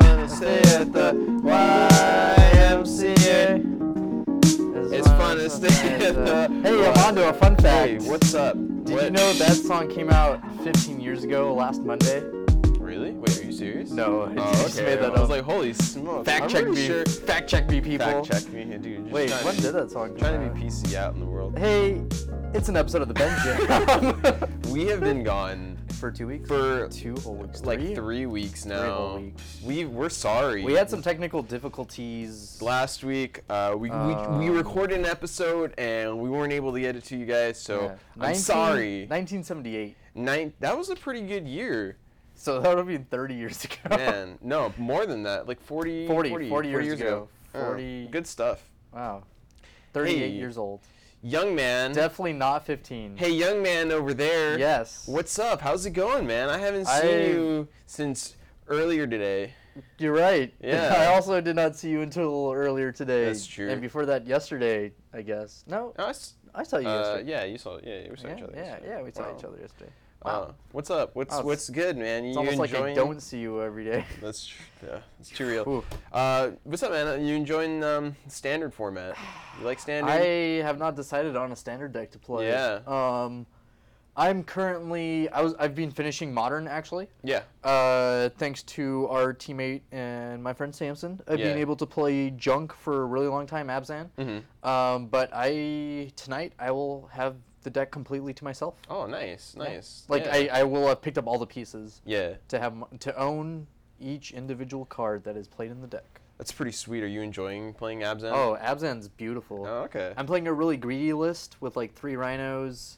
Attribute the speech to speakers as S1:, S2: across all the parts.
S1: understand.
S2: uh, hey, I'm onto a fun fact.
S1: Hey, what's up?
S2: Did you
S1: What-
S2: know that song came out 15 years ago last Monday?
S1: Really? Wait, are you serious?
S2: No, I
S1: Oh,
S2: just
S1: okay.
S2: made that
S1: I was
S2: up.
S1: like, holy smokes.
S2: fact
S1: I'm
S2: check
S1: pretty
S2: me.
S1: Sure.
S2: Fact check me, people.
S1: Fact check me, dude. You're just
S2: Wait,
S1: trying
S2: when
S1: to,
S2: did that song come
S1: Trying to
S2: out?
S1: be PC out in the world.
S2: Hey, it's an episode of the Ben Jam.
S1: We have been gone
S2: for two weeks.
S1: for
S2: two whole weeks.
S1: like three weeks now.
S2: whole weeks.
S1: We we're sorry.
S2: We had some technical difficulties.
S1: last week. Uh, we, we
S2: Um,
S1: we recorded an episode and we weren't able to get it to you guys, so
S2: Yeah.
S1: I'm
S2: 19
S1: sorry.
S2: 1978.
S1: Nine, that was a pretty good year,
S2: So that would have been 30 years ago.
S1: man. no, more than that, like 40,
S2: 40, 40 years ago.
S1: Yeah.
S2: 40
S1: Oh, good stuff.
S2: Wow. 38
S1: Hey.
S2: years old.
S1: Young man.
S2: Definitely not 15.
S1: hey, young man over there.
S2: Yes.
S1: What's up? How's it going, man? I haven't seen
S2: I-
S1: you since earlier today.
S2: You're right.
S1: Yeah.
S2: I also did not see you until earlier today.
S1: That's true.
S2: And before that, yesterday, I guess. No,
S1: Oh, it's-
S2: I saw you
S1: uh,
S2: yesterday.
S1: yeah, you saw. Yeah, we saw each
S2: yeah,
S1: other.
S2: yeah,
S1: yesterday.
S2: yeah, we saw
S1: Wow.
S2: each other yesterday. Wow.
S1: Uh, what's up? What's
S2: Oh, it's-
S1: what's good, man?
S2: it's
S1: you
S2: almost like
S1: enjoying?
S2: I don't see you every day.
S1: That's tr- yeah, it's too real.
S2: Ooh.
S1: Uh, what's up, man? Uh, You enjoying um, standard format? You like standard?
S2: I have not decided on a standard deck to play.
S1: Yeah.
S2: Um, I'm currently I was I've been finishing modern actually.
S1: yeah,
S2: Uh, thanks to our teammate and my friend Samson, I've been
S1: Yeah.
S2: able to play junk for a really long time, Abzan.
S1: Mhm.
S2: Um, but I tonight I will have the deck completely to myself.
S1: Oh, nice, nice.
S2: Like
S1: yeah.
S2: I, I will have picked up all the pieces
S1: Yeah,
S2: to have m- to own each individual card that is played in the deck.
S1: that's pretty sweet. Are you enjoying playing Abzan?
S2: Oh, Abzan's beautiful.
S1: Oh, okay.
S2: I'm playing a really greedy list with like three rhinos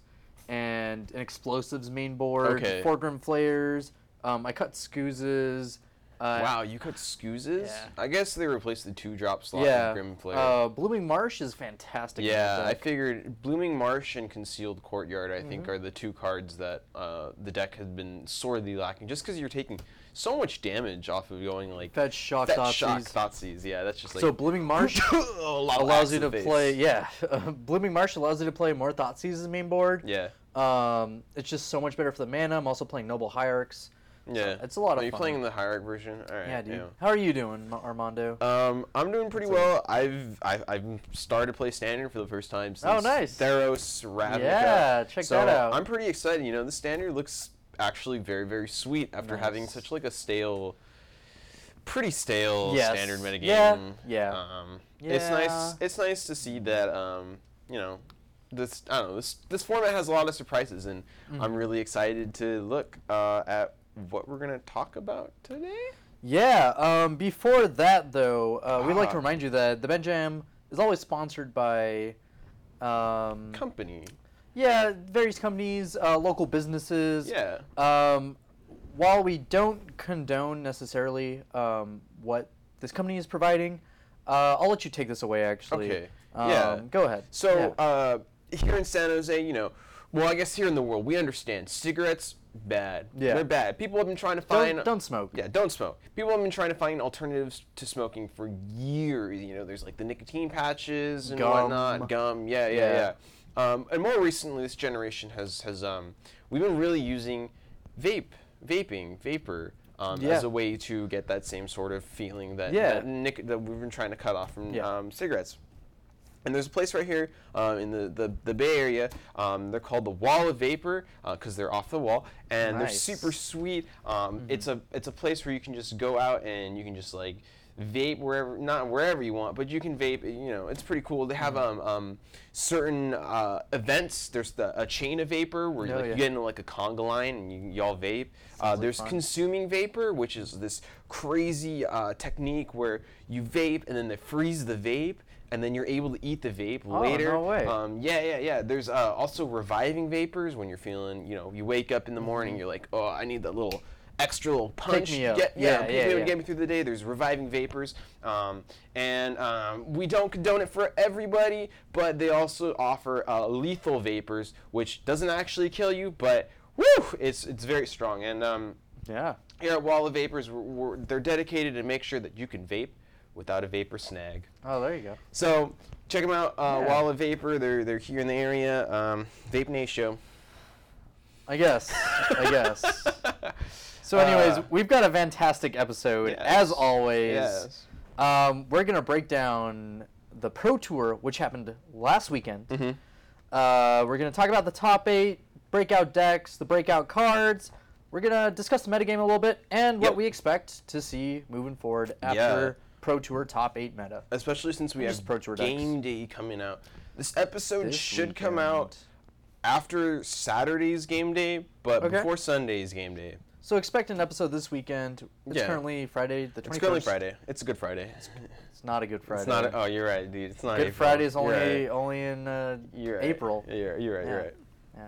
S2: and an explosives main board,
S1: Okay.
S2: four grim flares. Um, I cut scoozes. Uh,
S1: wow, you cut scoozes?
S2: Yeah.
S1: I guess they replaced the two drop slot
S2: Yeah.
S1: with Grim Flare.
S2: Uh, Blooming Marsh is fantastic. in this
S1: yeah, I
S2: deck.
S1: figured Blooming Marsh and Concealed Courtyard, I
S2: Mm-hmm.
S1: think, are the two cards that uh, the deck has been sorely lacking. Just because you're taking so much damage off of going like
S2: Fetch shock
S1: Fetch shock
S2: Thoughtseize.
S1: Thoughtseize. Yeah, that's just like
S2: So Blooming Marsh allows you to play. Yeah, Blooming Marsh allows you to play more Thought Seasons main board.
S1: Yeah.
S2: Um, it's just so much better for the mana. I'm also playing Noble Hierarchs.
S1: Yeah.
S2: it's a lot
S1: Are
S2: of
S1: you
S2: fun.
S1: playing the Hierarch version? All right.
S2: Yeah, dude. How are you doing, Ma- Armando?
S1: Um, I'm doing pretty well. I've, I've I've started to play standard for the first time since
S2: Oh, nice.
S1: Theros Ravnica.
S2: Yeah, check
S1: So
S2: that out.
S1: I'm pretty excited. You know, the standard looks actually very very sweet after having
S2: Nice.
S1: such like a stale, pretty stale
S2: Yes.
S1: standard metagame.
S2: Yeah, yeah.
S1: Um, It's nice. It's nice to see that. Um, you know. This I don't know. This this format has a lot of surprises, and
S2: Mm-hmm.
S1: I'm really excited to look uh, at what we're gonna talk about today.
S2: Yeah. Um, before that, though, uh, we'd like to
S1: Ah.
S2: remind you that the Ben Jam is always sponsored by. Um,
S1: Company.
S2: yeah, various companies, uh, local businesses.
S1: Yeah.
S2: Um, while we don't condone necessarily um, what this company is providing, uh, I'll let you take this away. Actually.
S1: Okay,
S2: Um,
S1: yeah.
S2: Go ahead.
S1: So
S2: Yeah.
S1: uh, here in San Jose, you know, well, I guess here in the world, we understand cigarettes bad.
S2: Yeah.
S1: they're bad. People have been trying to find.
S2: don't, don't smoke.
S1: Yeah, don't smoke. People have been trying to find alternatives to smoking for years. You know, there's like the nicotine patches and
S2: Gum.
S1: whatnot, gum. Yeah, yeah,
S2: Yeah.
S1: yeah. Um, and more recently, this generation has has um, we've been really using vape, vaping, vapor. Um,
S2: Yeah.
S1: As a way to get that same sort of feeling that
S2: Yeah.
S1: that, nic- that we've been trying to cut off from
S2: Yeah.
S1: um, cigarettes. And there's a place right here um, in the, the, the Bay Area. Um, they're called the Wall of Vapor because they're off the wall, and
S2: Nice.
S1: they're super sweet. Um,
S2: Mm-hmm.
S1: It's a it's a place where you can just go out and you can just like vape wherever not wherever you want, but you can vape. You know, it's pretty cool. They have
S2: Mm-hmm.
S1: um, um, certain uh, events. There's the, a chain of vapor where
S2: Oh,
S1: like,
S2: yeah.
S1: you get into like a conga line and you y'all vape. Uh,
S2: like
S1: there's
S2: fun.
S1: consuming vapor, which is this crazy uh, technique where you vape and then they freeze the vape. And then you're able to eat the vape
S2: Oh,
S1: later.
S2: no way.
S1: Um, yeah, yeah, yeah. There's uh, also reviving vapors when you're feeling, you know, you wake up in the morning, you're like, oh, I need that little extra little punch.
S2: Mm-hmm. me up.
S1: Yeah,
S2: Yeah,
S1: yeah, pick
S2: yeah,
S1: me up,
S2: yeah.
S1: get me through the day. There's reviving vapors, um, and um, we don't condone it for everybody, but they also offer uh, lethal vapors, which doesn't actually kill you, but woo, it's it's very strong. And um,
S2: Yeah.
S1: here at Wall of Vapors, we're, we're, they're dedicated to make sure that you can vape without a vapor snag.
S2: Oh, there you go.
S1: So check them out, uh,
S2: Yeah.
S1: Wall of Vapor. They're they're here in the area. Um, Vape Nation.
S2: I guess. I guess. So, anyways,
S1: Uh,
S2: we've got a fantastic episode as
S1: Yes.
S2: always.
S1: Yes.
S2: Um, we're gonna break down the Pro Tour, which happened last weekend.
S1: Mhm.
S2: Uh, we're going to talk about the top eight breakout decks, the breakout cards. We're going to discuss the metagame a little bit and what
S1: Yep.
S2: we expect to see moving forward after Pro Tour top eight meta.
S1: especially since we
S2: Just
S1: have
S2: Pro Tour decks.
S1: game day coming out. This episode
S2: This
S1: should come out
S2: weekend.
S1: after Saturday's game day, but
S2: Okay.
S1: before Sunday's game day.
S2: So expect an episode this weekend. It's
S1: Yeah.
S2: currently Friday the 21st.
S1: It's currently Friday. It's a Good Friday.
S2: It's not a good Friday.
S1: It's not. oh, you're right, dude. It's not.
S2: Good
S1: April.
S2: Friday is
S1: You're
S2: only
S1: right.
S2: only in uh,
S1: You're right.
S2: April.
S1: You're, you're right. You're
S2: Yeah.
S1: right.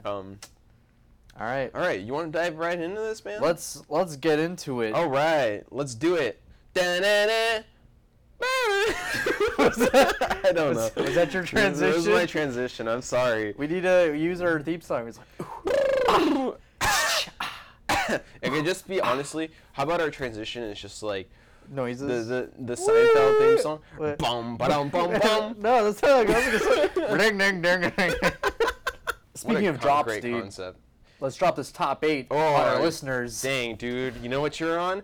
S2: Yeah.
S1: Um.
S2: All right.
S1: All right. You want to dive right Oh. into this, man?
S2: Let's let's get into it.
S1: All right. Let's do it. Da-na-na.
S2: Was that-
S1: I don't know.
S2: was- was that your
S1: This was my
S2: transition?
S1: transition. I'm sorry.
S2: We need to use our theme song. It's like,
S1: it could just be honestly. How about our transition? It's just like
S2: noises.
S1: the the, the Seinfeld theme song.
S2: What?
S1: Bum bum bum bum.
S2: no, that's not. That's like a ding ding ding ding. Speaking of drops,
S1: great
S2: dude,
S1: Concept.
S2: let's drop this top eight
S1: Oh,
S2: on our
S1: alright.
S2: listeners.
S1: Dang, dude. You know what you're on?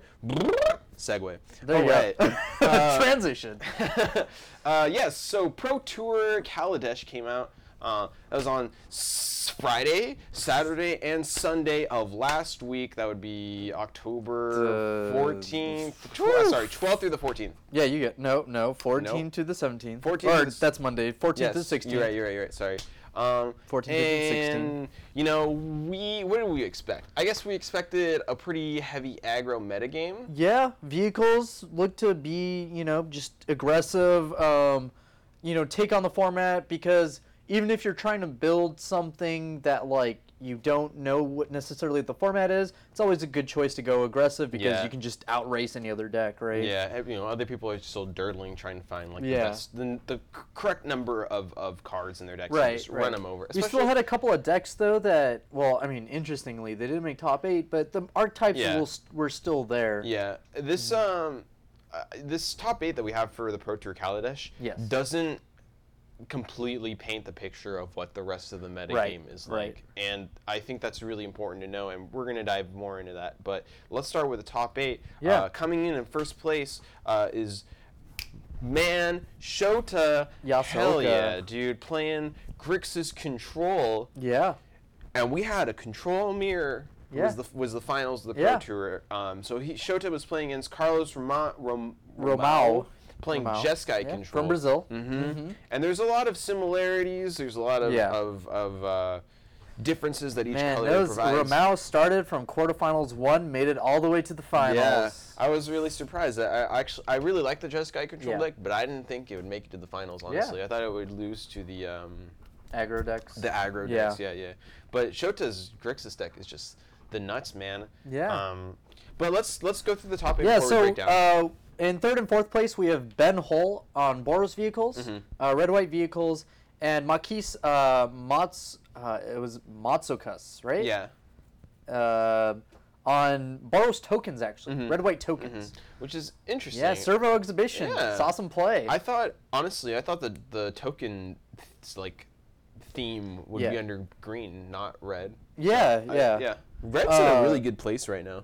S1: Segway.
S2: There you
S1: Alright.
S2: go.
S1: Uh,
S2: Transition.
S1: uh, yes, so Pro Tour Kaladesh came out. Uh, that was on s- Friday, Saturday, and Sunday of last week. That would be October
S2: The-
S1: 14th. tw- uh, sorry, 12th through the 14th.
S2: Yeah, you get no, no. 14
S1: Nope.
S2: to the 17th.
S1: 14
S2: Or
S1: to the-
S2: that's Monday. 14th to the 16th.
S1: You're right, you're right, you're right. Sorry. Um,
S2: 14, 15, 16.
S1: and, you know, we what did we expect? I guess we expected a pretty heavy aggro metagame.
S2: Yeah, vehicles look to be, you know, just aggressive, um, you know, take on the format because even if you're trying to build something that, like, you don't know what necessarily the format is, it's always a good choice to go aggressive because
S1: Yeah.
S2: you can just outrace any other deck, right?
S1: Yeah, you know, other people are still dirtling trying to find like
S2: Yeah.
S1: the best, the, the c- correct number of, of cards in their decks
S2: Right,
S1: and just
S2: right.
S1: run them over.
S2: We still
S1: Especially-
S2: had a couple of decks though that, well, I mean, interestingly, they didn't make top eight, but the archetypes
S1: Yeah.
S2: will, were still there.
S1: Yeah, this
S2: Mm-hmm.
S1: um, uh, this top eight that we have for the Pro Tour Kaladesh
S2: Yes.
S1: doesn't completely paint the picture of what the rest of the metagame
S2: Right,
S1: is like,
S2: right.
S1: and I think that's really important to know. And we're gonna dive more into that, but let's start with the top eight.
S2: Yeah.
S1: Uh, coming in in first place uh, is. Man, Shota, hell
S2: Yasoka.
S1: yeah, dude, playing Grixis Control
S2: Yeah.
S1: and we had a control mirror
S2: Yeah.
S1: was the was the finals of the
S2: Yeah.
S1: Pro Tour. Um, so he Shota was playing against Carlos Roma, Rom,
S2: Romão.
S1: Romão, playing
S2: Romão.
S1: Jeskai
S2: Yeah,
S1: control
S2: From Brazil. Mm-hmm.
S1: hmm And there's a lot of similarities. There's a lot of
S2: Yeah.
S1: of, of uh, differences that each
S2: Man,
S1: color
S2: those
S1: provides.
S2: Romao started from quarterfinals one, made it all the way to the
S1: yeah,
S2: finals.
S1: I was really surprised. I, I actually I really like the Jeskai control
S2: Yeah.
S1: deck, but I didn't think it would make it to the finals. Honestly, I thought it would lose to the um,
S2: Aggro decks.
S1: The aggro
S2: Yeah.
S1: decks, yeah, yeah. But Shota's Grixis deck is just the nuts, man.
S2: Yeah.
S1: Um, but let's let's go through the topic
S2: yeah,
S1: before we
S2: so
S1: break down.
S2: uh, in third and fourth place, we have Ben Hull on Boros vehicles,
S1: Mm-hmm.
S2: uh, red white vehicles, and Makis uh, Mats. Uh, it was Matsukas, right?
S1: yeah.
S2: Uh, on Boros tokens, actually.
S1: Mm-hmm.
S2: Red white tokens.
S1: Hmm. Which is interesting.
S2: Yeah, Servo Exhibition.
S1: Yeah.
S2: Saw some play.
S1: I thought honestly, I thought the the token th- like theme would be
S2: Yeah.
S1: under green, not red.
S2: yeah,
S1: I-
S2: yeah.
S1: yeah. Red's in
S2: Uh, mm,
S1: a really good place right now.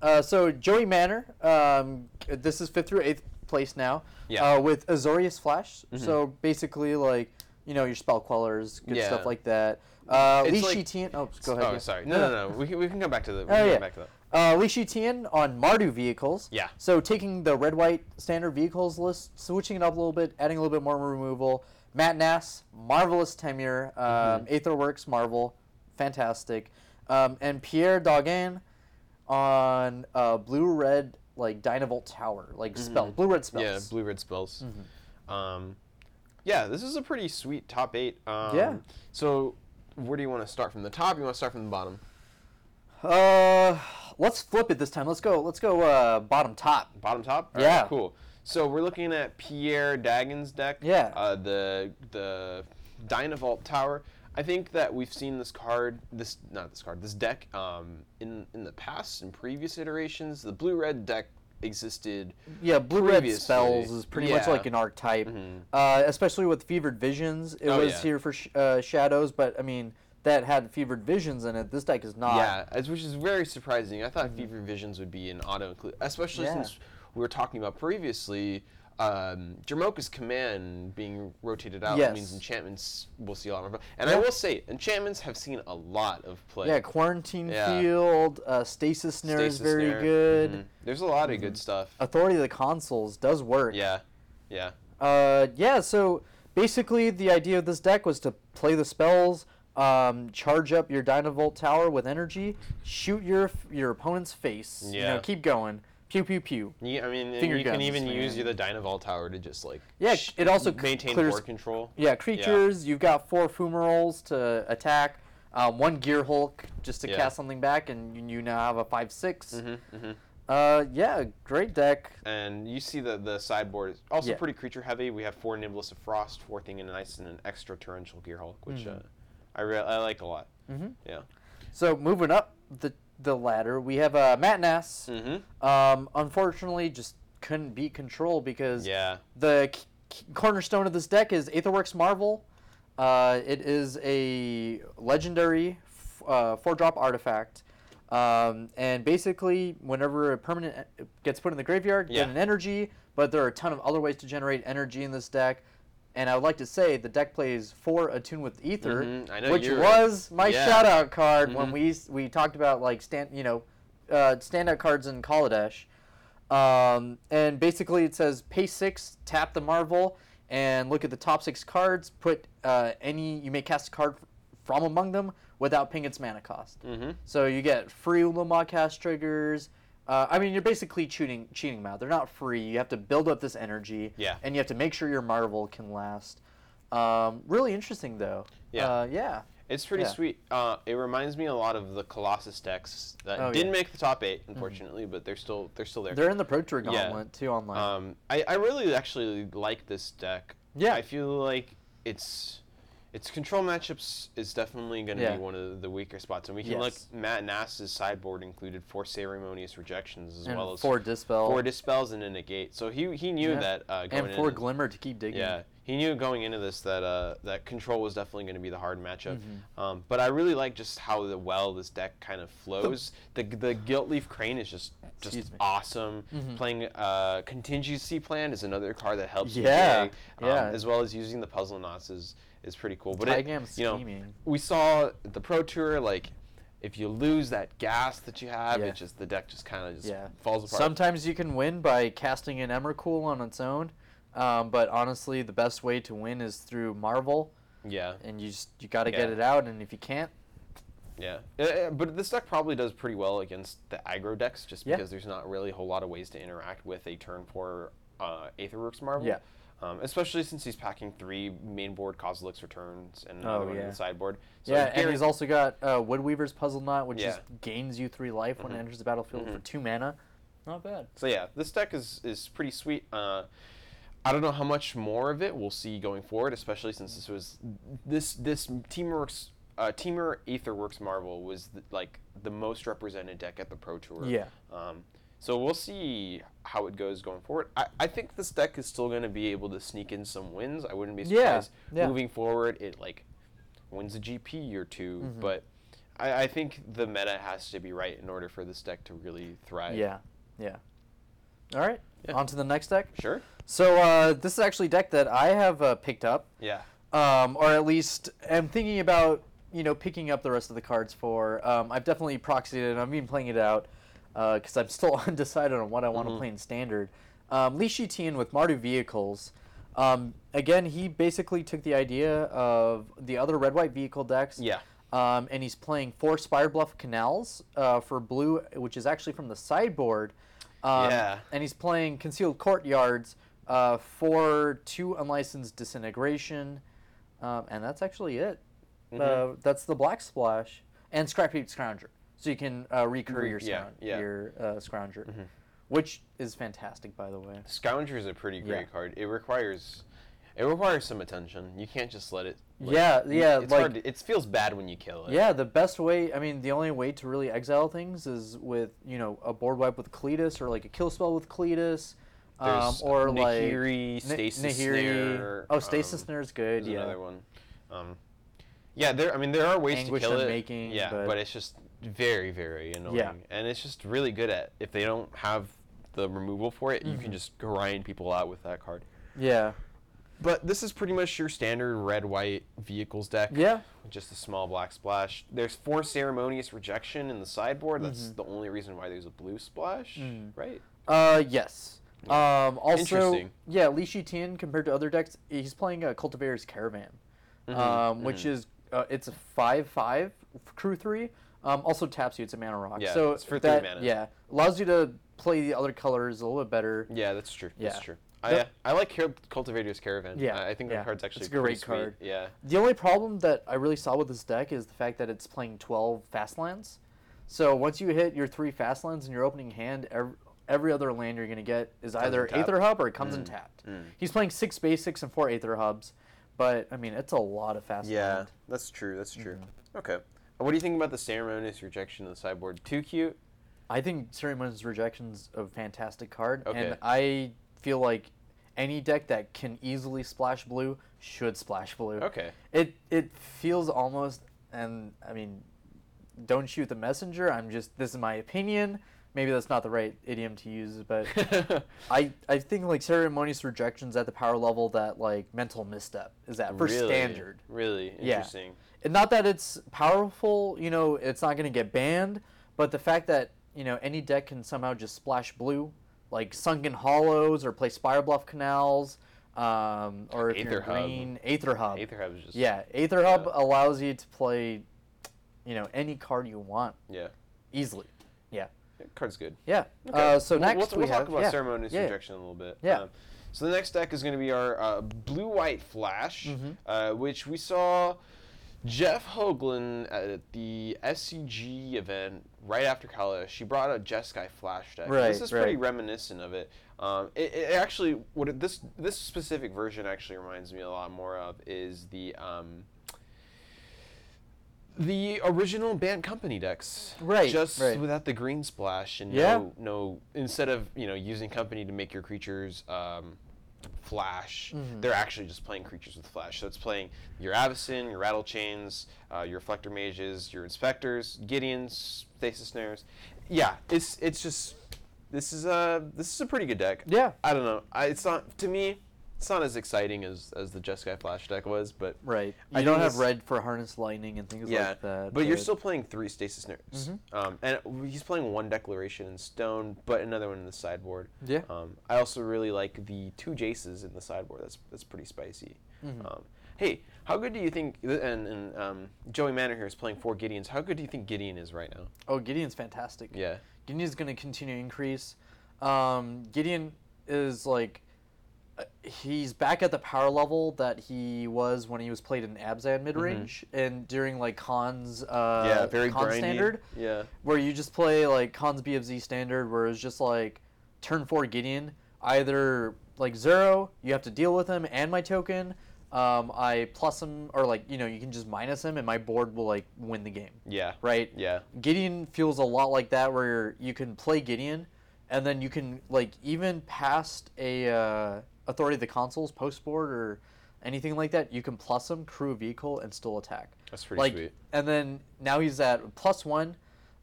S2: Uh, so Joey Manor, um, this is fifth through eighth place now.
S1: Yeah. Mm-hmm.
S2: Uh, with Azorius Flash. So basically, like you know, your spell quellers, good
S1: Yeah.
S2: stuff like that. Uh,
S1: It's
S2: Li
S1: like-
S2: Shitian. Oh, go ahead.
S1: Oh,
S2: yeah.
S1: sorry. No, no, no. We can, we can come back to the. We
S2: Oh
S1: can
S2: yeah.
S1: come back to that.
S2: Uh, Li Shitian on Mardu vehicles.
S1: Yeah.
S2: So taking the red white standard vehicles list, switching it up a little bit, adding a little bit more removal. Matt Nass, marvelous tenure. Um,
S1: Mm-hmm.
S2: Aetherworks, Marvel, fantastic. Um, and Pierre Daugin on uh, blue red like Dynavolt Tower, like spell blue red spells.
S1: Mm-hmm.
S2: Mm-hmm.
S1: Yeah, blue red spells. Um, yeah, this is a pretty sweet top eight. Um,
S2: Yeah.
S1: So, where do you want to start from the top? You want to start from the bottom?
S2: Uh, let's flip it this time. Let's go. Let's go. Uh, bottom top.
S1: Bottom top. All
S2: Yeah.
S1: cool. So we're looking at Pierre Dagon's deck.
S2: Yeah.
S1: Uh, the the Dynavolt Tower. I think that we've seen this card, this not this card, this deck um, in in the past in previous iterations. The blue red deck existed.
S2: Yeah, blue red
S1: Previously,
S2: spells is pretty much
S1: yeah. Mm-hmm.
S2: like an archetype, uh, especially with fevered visions. It
S1: Oh,
S2: was
S1: yeah.
S2: here for sh- uh, shadows, but I mean that had fevered visions in it. This deck is not.
S1: Yeah, as, which is very surprising. I thought Fever Visions would be an auto include, especially
S2: Mm-hmm. Yeah.
S1: since we were talking about previously um, Jermoka's command being rotated out
S2: Yes.
S1: means enchantments will see a lot more. play. And I
S2: Yeah.
S1: will say, enchantments have seen a lot of play.
S2: yeah, quarantine
S1: Yeah.
S2: field. Uh, stasis snare is
S1: Stasis
S2: very
S1: Snare.
S2: good. Mm-hmm.
S1: Mhm. There's a lot of good stuff.
S2: Authority of the consoles does work.
S1: Yeah, yeah,
S2: Uh, yeah, so basically the idea of this deck was to play the spells, um, charge up your Dynavolt tower with energy, shoot your your opponent's face. You
S1: Yeah.
S2: know, keep going. Pew pew pew.
S1: you, I mean, and
S2: Finger
S1: you can
S2: guns,
S1: even use
S2: man.
S1: the Dynavolt Tower to just like
S2: Yeah,
S1: sh-
S2: it also c-
S1: maintain
S2: clears-
S1: board control.
S2: Yeah, creatures. You've got four fumaroles to attack. Um, one Gear Hulk just to
S1: Yeah.
S2: cast something back, and you- you now have a five six.
S1: hmm hmm
S2: Uh, yeah, great deck.
S1: And you see that the sideboard is also
S2: Yeah.
S1: pretty creature heavy. We have four Nibelus of Frost, four Thing in Ice, and an extra Torrential Gear Hulk, which
S2: Mm-hmm.
S1: uh, I re- I like a lot.
S2: Mhm.
S1: Yeah.
S2: So moving up the the ladder, we have uh, Matt Nass.
S1: hmm
S2: Um, unfortunately, just couldn't beat control because
S1: Yeah.
S2: the k- k- cornerstone of this deck is Aetherworks Marvel. Uh, it is a legendary f- uh, four drop artifact. Um, and basically, whenever a permanent e- gets put in the graveyard,
S1: Yeah.
S2: get an energy, but there are a ton of other ways to generate energy in this deck. And I would like to say the deck plays for Attune with Ether,
S1: Mhm, I know
S2: which
S1: you're-
S2: was my
S1: yeah.
S2: shout out card when
S1: Mhm.
S2: we s- we talked about like stand you know uh, standout cards in Kaladesh. Um, and basically, it says pay six, tap the Marvel, and look at the top six cards. Put uh, any you may cast a card f- from among them without paying its mana cost.
S1: hmm
S2: So you get free Ulamog cast triggers. Uh, I mean, you're basically cheating, cheating them out. They're not free. You have to build up this energy,
S1: Yeah.
S2: and you have to make sure your Marvel can last. Um, really interesting, though.
S1: Yeah.
S2: Uh, yeah.
S1: It's pretty
S2: Yeah.
S1: sweet. Uh, it reminds me a lot of the Colossus decks that
S2: Oh,
S1: didn't
S2: yeah.
S1: make the top eight, unfortunately, but they're still they're still there.
S2: They're in the Pro Tour
S1: Yeah.
S2: Gauntlet too online.
S1: Um, I, I really actually like this deck.
S2: Yeah.
S1: I feel like it's its control matchups is definitely going to
S2: Yeah.
S1: be one of the weaker spots, and we can look.
S2: Yes.
S1: Matt Nass's sideboard included four ceremonious rejections as
S2: and
S1: well as
S2: four dispel
S1: four dispels and a negate. So he he knew
S2: Yeah.
S1: that uh, going
S2: and four
S1: in,
S2: glimmer to keep digging.
S1: yeah, he knew going into this that uh, that control was definitely going to be the hard matchup.
S2: Mm-hmm.
S1: Um, but I really like just how the, well this deck kind of flows. the the Gilt Leaf Crane is just just
S2: Excuse me. Mm-hmm.
S1: awesome. Playing uh, Contingency Plan is another card that helps. you
S2: Yeah,
S1: dig, um,
S2: yeah.
S1: As well as using the puzzle knots is is pretty cool. But it,
S2: Tygam
S1: you know,
S2: scheming.
S1: we saw at the Pro Tour like. If you lose that gas that you have,
S2: Yeah.
S1: it just the deck just kind of just
S2: Yeah.
S1: falls apart.
S2: Sometimes you can win by casting an Emrakul on its own, um, but honestly, the best way to win is through Marvel,
S1: yeah,
S2: and you just you got to get
S1: Yeah.
S2: it out, and if you can't,
S1: Yeah, Uh, uh, but this deck probably does pretty well against the aggro decks, just
S2: Yeah.
S1: because there's not really a whole lot of ways to interact with a turn four uh, Aetherworks Marvel.
S2: Yeah.
S1: Um, especially since he's packing three main board Kozilek's returns and another
S2: Oh,
S1: one in
S2: yeah.
S1: the sideboard.
S2: yeah,
S1: it's
S2: and he's
S1: guaran-
S2: also got uh, Woodweaver's Puzzle Knot, which
S1: Yeah. Mm-hmm.
S2: just gains you three life when it enters the battlefield for two mana. Not bad.
S1: so yeah, this deck is is pretty sweet. Uh, I don't know how much more of it we'll see going forward, especially since this was this this Teamworks uh, Teamer Aetherworks Marvel was th- like the most represented deck at the Pro Tour.
S2: Yeah.
S1: Um, so we'll see how it goes going forward. I, I think this deck is still going to be able to sneak in some wins. I wouldn't be
S2: Yeah,
S1: surprised
S2: yeah.
S1: moving forward. It like wins a GP or 2
S2: Mm-hmm.
S1: but I, I think the meta has to be right in order for this deck to really thrive.
S2: Yeah, yeah. All right,
S1: Yeah.
S2: on to the next deck.
S1: Sure.
S2: So uh, this is actually a deck that I have uh, picked up.
S1: Yeah.
S2: um, or at least am thinking about you know picking up the rest of the cards for. Um, I've definitely proxied it. and I've been playing it out because I'm still undecided on what I
S1: Mm-hmm.
S2: want to play in standard. Um, Li Shi Tian with Mardu vehicles. Um, again, he basically took the idea of the other red white vehicle decks.
S1: Yeah.
S2: Um, and he's playing four Spire Bluff Canals uh, for blue, which is actually from the sideboard. Um,
S1: Yeah.
S2: And he's playing Concealed Courtyards uh, for two Unlicensed Disintegration. Um, and that's actually it.
S1: Mm-hmm.
S2: Uh, that's the Black Splash. And Scrap Heap Scrounger. So you can uh, recur
S1: Re-
S2: your,
S1: Mm-hmm. yeah,
S2: scroun-
S1: yeah. Mm-hmm.
S2: your uh, Scrounger, which is fantastic, by the way.
S1: Scavenger is a pretty great
S2: Yeah.
S1: card. It requires it requires some attention. You can't just let it. like,
S2: Yeah,
S1: you-
S2: yeah,
S1: It's
S2: like-
S1: hard. To, it feels bad when you kill it.
S2: Yeah, the best way. I mean, the only way to really exile things is with you know a board wipe with Cletus or like a kill spell with Cletus, um,
S1: There's
S2: or
S1: Nahiri,
S2: like
S1: Stasis Snare,
S2: Oh, stasis
S1: um,
S2: snare is good.
S1: There's
S2: Yeah,
S1: another one. Um, yeah, there. I mean, there are ways
S2: Anguish
S1: to kill
S2: I'm
S1: it.
S2: making,
S1: yeah,
S2: but-
S1: it's just very, very annoying.
S2: Yeah.
S1: And it's just really good at if they don't have the removal for it,
S2: Mm-hmm.
S1: you can just grind people out with that card.
S2: Yeah.
S1: But this is pretty much your standard red white vehicles deck.
S2: Yeah.
S1: with Just a small black splash. There's four ceremonious rejection in the sideboard. That's
S2: Mm-hmm.
S1: the only reason why there's a blue splash, right?
S2: Uh, yes. Um, also,
S1: Interesting.
S2: yeah, Li Shi Tian compared to other decks, he's playing a Cultivator's Caravan,
S1: Mm-hmm.
S2: um, which is uh, it's a five five crew three. Um, also taps you. It's a mana rock.
S1: Yeah,
S2: so
S1: it's for three
S2: that,
S1: mana.
S2: Yeah, allows you to play the other colors a little bit better.
S1: Yeah, that's true.
S2: Yeah.
S1: That's true.
S2: The-
S1: I, uh, I like Car- Cultivator's Caravan.
S2: Yeah,
S1: I I think
S2: yeah.
S1: that card's actually
S2: It's a great
S1: pretty sweet.
S2: card.
S1: Yeah.
S2: The only problem that I really saw with this deck is the fact that it's playing 12 fast lands. So once you hit your three fast lands in your opening hand, every, every other land you're going to get is either
S1: untapped.
S2: Aether Hub or it comes untapped. He's playing six basics and four Aether Hubs, but I mean, it's Mm-hmm. a lot of fast land.
S1: that's true. That's true. Okay. Uh, What do you think about the ceremonious rejection of the sideboard? Too cute?
S2: I think Ceremonious Rejection's a fantastic card, and
S1: Okay.
S2: I feel like any deck that can easily splash blue should splash blue.
S1: Okay.
S2: It it feels almost, and I mean, don't shoot the messenger. I'm just this is my opinion. Maybe that's not the right idiom to use, but I I think like ceremonious rejections at the power level that like mental misstep is at for
S1: Really?
S2: standard.
S1: Really
S2: Yeah.
S1: interesting.
S2: And not that it's powerful, you know, it's not going to get banned, but the fact that, you know, any deck can somehow just splash blue, like Sunken Hollows or play Spire Bluff Canals, um, or if you're
S1: Aether Hub.
S2: green, Aether Hub.
S1: Aether Hub is just
S2: Um, Yeah, Aether Hub allows you to play, you know, any card you want
S1: Yeah.
S2: easily. Yeah.
S1: That card's good.
S2: Yeah. Uh, so
S1: We'll- we'll-
S2: next
S1: we'll,
S2: we
S1: talk
S2: have-
S1: about
S2: yeah,
S1: ceremonious
S2: yeah,
S1: rejection a little bit. Um,
S2: Yeah.
S1: so the next deck is going to be our uh, blue white flash,
S2: Mm-hmm.
S1: uh, which we saw Jeff Hoagland at the SCG event right after college. She brought a Jeskai flash deck.
S2: Right,
S1: this is
S2: right.
S1: pretty reminiscent of it. Um, it, it actually what it, this this specific version actually reminds me a lot more of is the. Um, the original band company decks,
S2: Right,
S1: Just
S2: right.
S1: without the green splash and
S2: Yeah.
S1: no no instead of you know using company to make your creatures um, flash
S2: Mm-hmm.
S1: they're actually just playing creatures with flash so it's playing your avison your rattle chains uh, your reflector mages your inspectors gideons stasis snares yeah it's it's just this is a this is a pretty good deck
S2: Yeah.
S1: i don't know I, it's not to me it's not as exciting as as the jeskai flash deck was but
S2: Right.
S1: I
S2: I don't
S1: think
S2: have
S1: this-
S2: red for harness lightning and things
S1: yeah,
S2: like Mm-hmm. that.
S1: but you're still playing three stasis nerves, um, and he's playing one declaration in stone, but another one in the sideboard.
S2: Yeah.
S1: Um, I also really like the two Jaces in the sideboard. That's that's pretty spicy.
S2: Mm-hmm.
S1: Um, hey, how good do you think? And, and um, Joey Manor here is playing four Gideons. How good do you think Gideon is right now?
S2: Oh, Gideon's fantastic.
S1: Yeah.
S2: Gideon's going to continue to increase. Um, Gideon is like, uh, he's back at the power level that he was when he was played in Abzan mid range and during like Khan's uh,
S1: Mm-hmm. yeah. Very
S2: Khan
S1: grindy.
S2: standard,
S1: Yeah.
S2: where you just play like Khan's B of Z standard, where it's just like turn four Gideon, either like zero, you have to deal with him and my token. Um, I plus him, or like, you know, you can just minus him, and my board will like win the game
S1: Yeah.
S2: right?
S1: Yeah.
S2: Gideon feels a lot like that, where you can play Gideon, and then you can like even past a uh, authority of the consoles post board or anything like that, you can plus him crew vehicle and still attack.
S1: That's pretty
S2: like,
S1: sweet.
S2: And then now he's at plus one.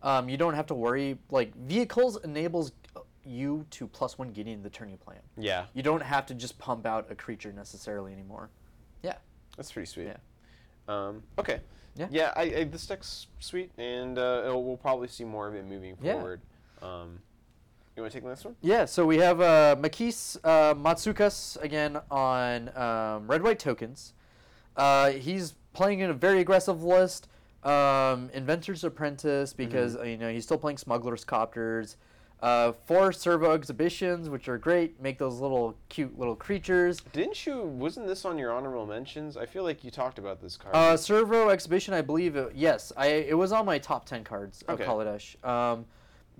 S2: Um, you don't have to worry. Like vehicles enables you to plus one Gideon the turn you play him.
S1: Yeah.
S2: You don't have to just pump out a creature necessarily anymore. Yeah.
S1: That's pretty sweet.
S2: Yeah.
S1: Um, okay.
S2: Yeah.
S1: Yeah. I, I, this deck's sweet, and uh, it'll- we'll probably see more of it moving
S2: Yeah.
S1: forward. Um, you want to take the next one?
S2: Yeah, so we have uh, Makis uh, Matsukas again on um, red white tokens. Uh, he's playing in a very aggressive list. Um, Inventor's Apprentice because uh, you know he's still playing Smuggler's Copters. Uh, four servo exhibitions, which are great. Make those little cute little creatures.
S1: Didn't you? Wasn't this on your honorable mentions? I feel like you talked about this card.
S2: Uh, servo exhibition, I believe. uh, yes, I it was on my top ten cards of
S1: Okay.
S2: Kaladesh. Um,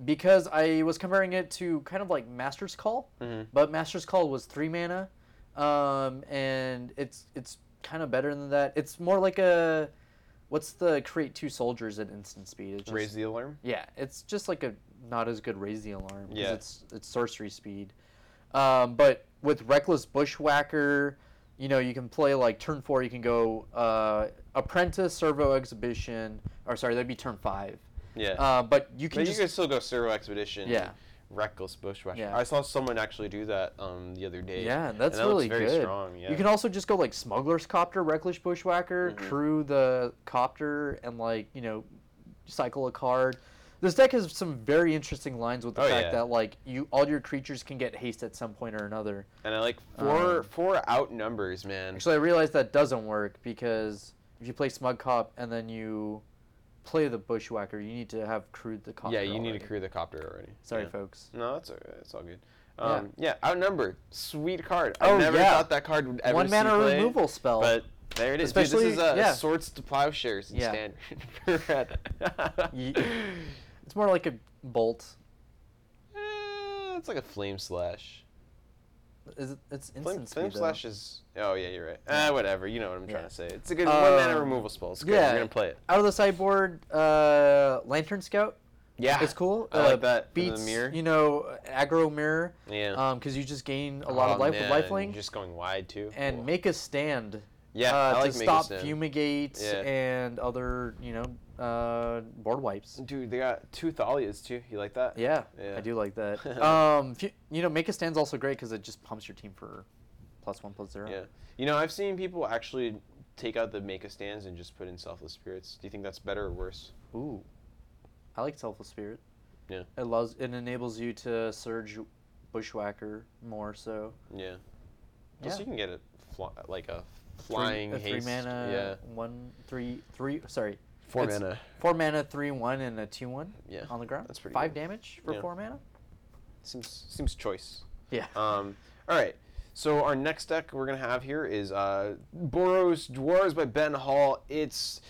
S2: because I was comparing it to kind of like Master's Call, but Master's Call was three mana, um, and it's it's kind of better than that. It's more like a what's the create two soldiers at instant speed? It's just,
S1: Raise the alarm.
S2: yeah, it's just like a not as good raise the alarm because
S1: Yeah.
S2: it's it's sorcery speed. Um, but with reckless bushwhacker, you know you can play like turn four. You can go uh, apprentice servo exhibition, or sorry, that'd be turn five.
S1: Yeah.
S2: Uh, but you can
S1: but
S2: just
S1: you can still go Servo Expedition.
S2: Yeah.
S1: reckless bushwhacking.
S2: Yeah.
S1: I saw someone actually do that um, the other day.
S2: Yeah, and that's
S1: that looks
S2: really
S1: very
S2: good.
S1: strong, yeah. Mm-hmm.
S2: You can also just go like smuggler's copter, reckless bushwhacker, crew the copter, and like you know, cycle a card. This deck has some very interesting lines with the
S1: Oh,
S2: fact
S1: yeah.
S2: that like you all your creatures can get haste at some point or another.
S1: And I like four
S2: Um,
S1: four out numbers, man.
S2: Actually, I realized that doesn't work because if you play smug cop and then you play the bushwhacker, you need to have crewed the copter.
S1: yeah, you need
S2: already.
S1: to crew the copter already.
S2: Sorry,
S1: yeah.
S2: folks.
S1: No, that's all right. It's all good.
S2: Yeah.
S1: Um, yeah. outnumber. Sweet card. I
S2: Oh,
S1: never
S2: yeah.
S1: thought that card would ever
S2: One
S1: see
S2: mana
S1: play,
S2: removal spell.
S1: But there it is. Dude,
S2: Especially-
S1: this is uh,
S2: yeah.
S1: swords to plowshares in
S2: Yeah.
S1: standard. Red.
S2: Ye- it's more like a bolt.
S1: Eh, it's like a flame slash.
S2: Is it, it's
S1: Flame,
S2: instant
S1: flame
S2: speed, though.
S1: slash is. Oh yeah, you're right.
S2: Yeah.
S1: Ah, whatever. You know what I'm
S2: Yeah.
S1: trying to say. It's a good one mana
S2: Um,
S1: removal spell. It's good.
S2: yeah.
S1: We're gonna play it.
S2: Out of the sideboard, uh, Lantern Scout
S1: Yeah.
S2: is cool.
S1: I
S2: uh,
S1: like that. for
S2: Beats,
S1: the mirror.
S2: you know, aggro mirror,
S1: yeah.
S2: um, because you just gain a lot of
S1: Oh,
S2: life
S1: man,
S2: with lifelink.
S1: Just going wide too.
S2: and
S1: Cool.
S2: make a stand
S1: yeah,
S2: uh,
S1: I like
S2: to
S1: Mega
S2: stop
S1: Stand.
S2: fumigate
S1: Yeah.
S2: and other you know uh, board wipes.
S1: Dude, they got two Thalias too. You like that?
S2: Yeah,
S1: Yeah.
S2: I do like that. um, fu- you know, make a stand's also great because it just pumps your team for plus one plus zero.
S1: Yeah. You know, I've seen people actually take out the make a stands and just put in selfless spirits. Do you think that's better or worse?
S2: Ooh, I like selfless spirit.
S1: Yeah.
S2: it allows it enables you to surge bushwhacker more so.
S1: Yeah. Plus,
S2: Yeah.
S1: you can get a fly, like a
S2: Three-
S1: flying
S2: a three
S1: haste.
S2: mana
S1: yeah.
S2: one three three sorry
S1: Four
S2: it's-
S1: mana.
S2: four mana three one and a two one
S1: Yeah.
S2: on the ground.
S1: That's pretty
S2: five
S1: good.
S2: damage for
S1: Yeah.
S2: four mana.
S1: Seems seems choice.
S2: Yeah.
S1: Um. All right. So our next deck we're gonna have here is uh, Boros Dwarves by Ben Hall. It's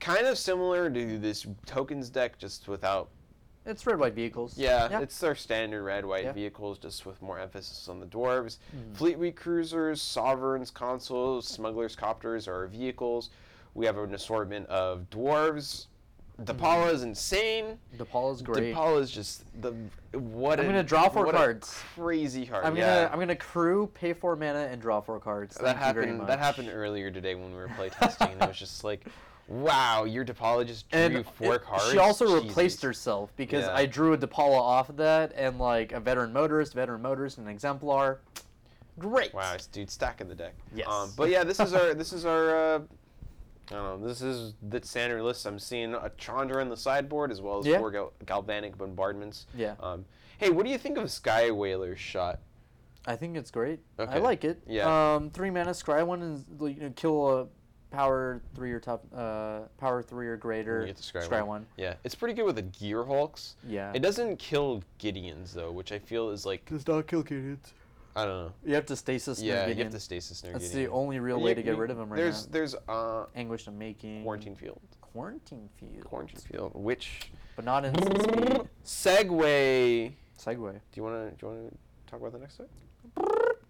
S1: kind of similar to this tokens deck, just without
S2: It's red white vehicles.
S1: Yeah, it's their standard red white
S2: Yeah. Mm-hmm.
S1: vehicles, just with more emphasis on the dwarves. Fleetweed cruisers, sovereigns, consoles, smugglers, copters are our vehicles. We have an assortment of dwarves. Dapala is insane.
S2: DePaul is Mm-hmm. great.
S1: Dapala is just the what.
S2: I'm
S1: a-
S2: gonna draw four
S1: what a
S2: cards.
S1: crazy card.
S2: I'm
S1: yeah.
S2: gonna I'm gonna crew, pay four mana, and draw four cards.
S1: that
S2: Thank you very
S1: happened. That
S2: much.
S1: happened earlier today when we were playtesting, and it was just like, wow, your Dapala just drew
S2: And
S1: you four
S2: it-
S1: cards.
S2: she also replaced
S1: Jesus.
S2: herself because
S1: Yeah.
S2: I drew a DePaula off of that and like a veteran motorist, veteran motorist, and an exemplar. Great.
S1: Wow, it's- dude, stack in the deck.
S2: Yes.
S1: Um, but yeah, this is our this is our. Uh, I don't know. This is the standard list. I'm seeing a Chandra in the sideboard as well as
S2: Yeah.
S1: four gal- galvanic bombardments.
S2: Yeah.
S1: Um, hey, what do you think of Sky Whaler's shot?
S2: I think it's great. I
S1: Okay.
S2: like it.
S1: Yeah.
S2: Um, three mana, scry one, and like, you know, kill a power three or top, uh, power three or greater.
S1: You get to Sky
S2: one.
S1: one. Yeah, it's pretty good with the Gear Hulks.
S2: Yeah.
S1: It doesn't kill Gideons though, which I feel is like
S2: does not kill Gideons.
S1: I don't know.
S2: You have to stasis.
S1: Yeah,
S2: Gideon.
S1: you have to stasis near
S2: That's
S1: Gideon.
S2: the only real
S1: You-
S2: way to get
S1: you-
S2: rid of him right
S1: there's,
S2: now.
S1: There's uh
S2: Anguish I'm making.
S1: quarantine field,
S2: Quarantine field.
S1: quarantine field, which
S2: But not instant speed.
S1: segue.
S2: Segway.
S1: Do you wanna do you wanna talk about the next deck?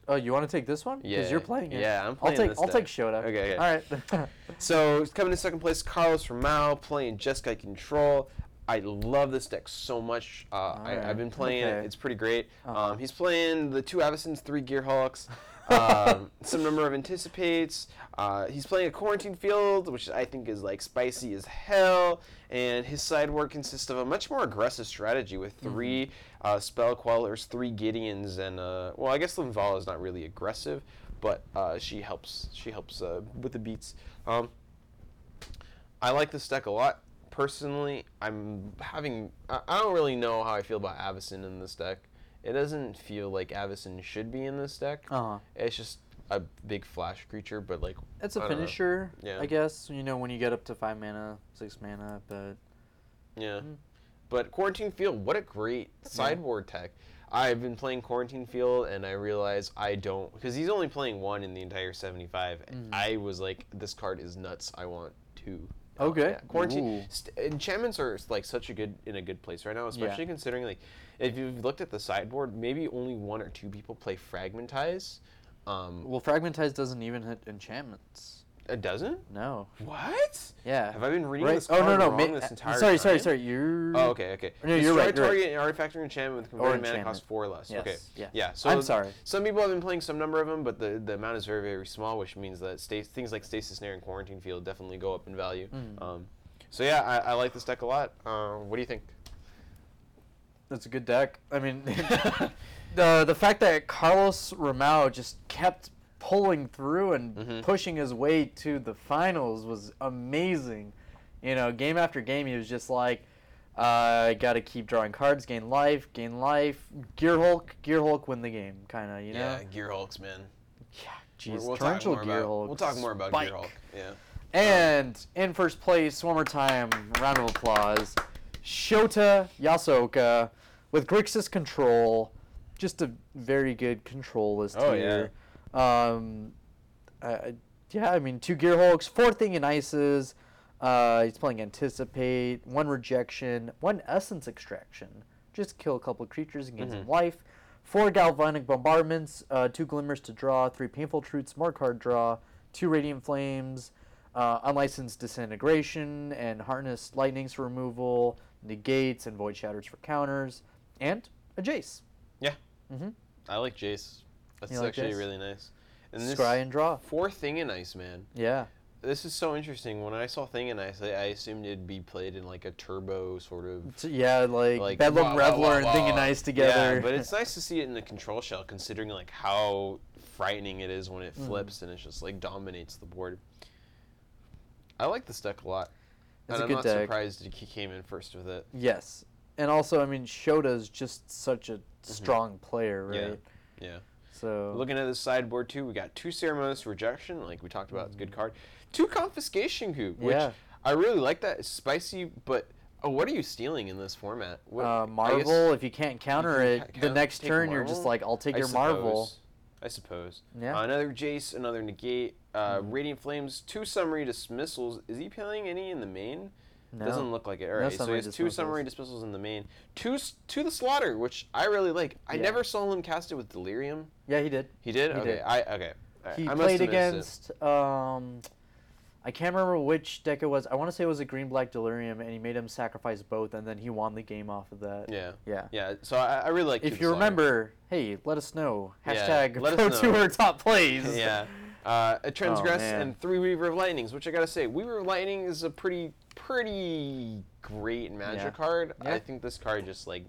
S2: Oh, you want to take this one? Because
S1: Yeah,
S2: you're playing it.
S1: yeah, I'm
S2: I'll
S1: playing
S2: take,
S1: this
S2: I'll
S1: deck.
S2: take Shoda.
S1: Okay, okay.
S2: All right.
S1: So it's coming in second place, Carlos Romao playing Jeskai Control. I love this deck so much. Uh, I,
S2: Alright,
S1: I've been playing
S2: okay.
S1: it. It's pretty great.
S2: Uh-huh.
S1: Um, he's playing the two Avicens, three Gearhawks, um, some number of Anticipates. Uh, he's playing a Quarantine Field, which I think is like spicy as hell. And his sideboard consists of a much more aggressive strategy with 3 uh, Spell Quellers, three Gideons, and uh, well, I guess Linvala is not really aggressive, but uh, she helps. She helps uh, with the beats. Um, I like this deck a lot. Personally, I'm having. I I don't really know how I feel about Avison in this deck. It doesn't feel like Avison should be in this deck.
S2: Uh-huh.
S1: It's just a big flash creature, but like.
S2: It's a
S1: I don't know.
S2: finisher,
S1: Yeah.
S2: I guess. You know, when you get up to five mana, six mana, but
S1: Yeah.
S2: Mm.
S1: But Quarantine Field, what a great sideboard tech. I've been playing Quarantine Field and I realize I don't. Because he's only playing one in the entire 75.
S2: Mm.
S1: I was like, this card is nuts. I want two. Uh,
S2: Okay.
S1: yeah. Quarantine
S2: Ooh.
S1: st- enchantments are like such a good in a good place right now, especially considering like if you've looked at the sideboard, maybe only one or two people play Fragmentize. Um,
S2: well, Fragmentize doesn't even hit enchantments.
S1: it doesn't.
S2: No.
S1: What?
S2: Yeah.
S1: Have I been reading
S2: right.
S1: this
S2: Oh
S1: card
S2: no no.
S1: wrong
S2: ma-
S1: this
S2: uh,
S1: entire
S2: sorry sorry
S1: time?
S2: sorry. You.
S1: Oh, okay, okay.
S2: Mm-hmm. No, you're right,
S1: Destroy
S2: you're right.
S1: target artifact or enchantment with converted mana
S2: enchantment.
S1: costs four less. Okay.
S2: Yes, yeah.
S1: Yeah. So
S2: I'm sorry.
S1: Some people have been playing some number of them, but the, the amount is very very small, which means that sta- things like stasis snare and quarantine field definitely go up in
S2: Mm.
S1: Um, value. Um, so yeah, I, I like this deck a lot. Uh, what do you think?
S2: That's a good deck. I mean, the the fact that Carlos Romao just kept pulling through and
S1: Mhm.
S2: pushing his way to the finals was amazing. You know, game after game, he was just like, uh, "Got to keep drawing cards, gain life, gain life." Gear Hulk, Gear Hulk, win the game, kind of. You
S1: yeah,
S2: know.
S1: Gear Hulks, man.
S2: Yeah.
S1: We're-
S2: Jeez,
S1: we'll, talk
S2: torrential
S1: more
S2: Gear
S1: about,
S2: Hulk.
S1: we'll talk more about
S2: spike.
S1: Gear Hulk. Yeah.
S2: And in first place, one more time, round of applause, Shota Yasoka with Grixis Control. Just a very good control list
S1: Oh,
S2: here. Um, I- I- yeah, I mean, two Gear Hulks, four Thing in Ices. Uh, he's playing Anticipate, one Rejection, one Essence Extraction. Just kill a couple creatures and gain
S1: Mm-hmm.
S2: some life. Four Galvanic Bombardments, uh, two Glimmers to draw, three Painful Truths, more card draw, two Radiant Flames, uh, Unlicensed Disintegration, and Harnessed Lightnings for removal, Negates, and Void Shatters for counters, and a Jace.
S1: Yeah.
S2: Mhm.
S1: I like Jace. That's
S2: You like
S1: actually
S2: Jace?
S1: really nice. And this
S2: Scry and draw.
S1: four thing in Ice, man.
S2: Yeah.
S1: This is so interesting. When I saw thing in Ice, I, I assumed it'd be played in like a turbo sort of
S2: So, yeah, like,
S1: like
S2: Bedlam
S1: wah, wah,
S2: Reveler
S1: wah,
S2: and
S1: wah.
S2: Thing and Ice together.
S1: Yeah, but it's nice to see it in the control shell, considering like how frightening it is when it
S2: Mm.
S1: flips and it just like dominates the board. I like this deck a lot. and
S2: It's a
S1: I'm
S2: good
S1: not
S2: deck.
S1: surprised he came in first with it.
S2: Yes. And also, I mean, Shota's just such a strong player, right?
S1: Mm-hmm. Yeah. Yeah.
S2: So
S1: Looking at the sideboard too, we got two ceremonious rejection, like we talked about, it's a good card. Two confiscation coup, which
S2: Mm. Yeah.
S1: I really like that. It's spicy, but oh, what are you stealing in this format? What, I
S2: uh,
S1: guess
S2: Marvel, if you can't counter
S1: can
S2: it,
S1: ca-
S2: the
S1: count-
S2: next
S1: take
S2: turn you're just
S1: Marvel?
S2: like, I'll take
S1: I
S2: your Marvel.
S1: suppose. I suppose.
S2: Yeah. Mm-hmm.
S1: Uh, another Jace, another Negate, uh, Radiant Flames, two summary dismissals. Is he playing any in the main?
S2: No.
S1: Doesn't look like it. All
S2: No
S1: right, so he
S2: summary
S1: has two
S2: dismissals.
S1: summary dismissals in the main. Two s- to the slaughter, which I really like. I
S2: Yeah.
S1: never saw him cast it with Delirium.
S2: Yeah, he did.
S1: He did.
S2: He
S1: okay.
S2: did.
S1: I okay. All right,
S2: He
S1: I must
S2: played
S1: have missed it.
S2: against. Um, I can't remember which deck it was. I want to say it was a green black delirium, and he made him sacrifice both, and then he won the game off of that.
S1: Yeah.
S2: Yeah.
S1: Yeah. So I, I really like.
S2: If
S1: Cube
S2: you
S1: Slaughter.
S2: remember, hey, let us know.
S1: Yeah,
S2: Hashtag
S1: let us
S2: pro
S1: know.
S2: tour top plays.
S1: yeah. Uh, a transgress
S2: Oh, man.
S1: and three Weaver of Lightnings, which I gotta say, Weaver of Lightning is a pretty, pretty great magic
S2: Yeah.
S1: card.
S2: Yeah.
S1: I think this card just like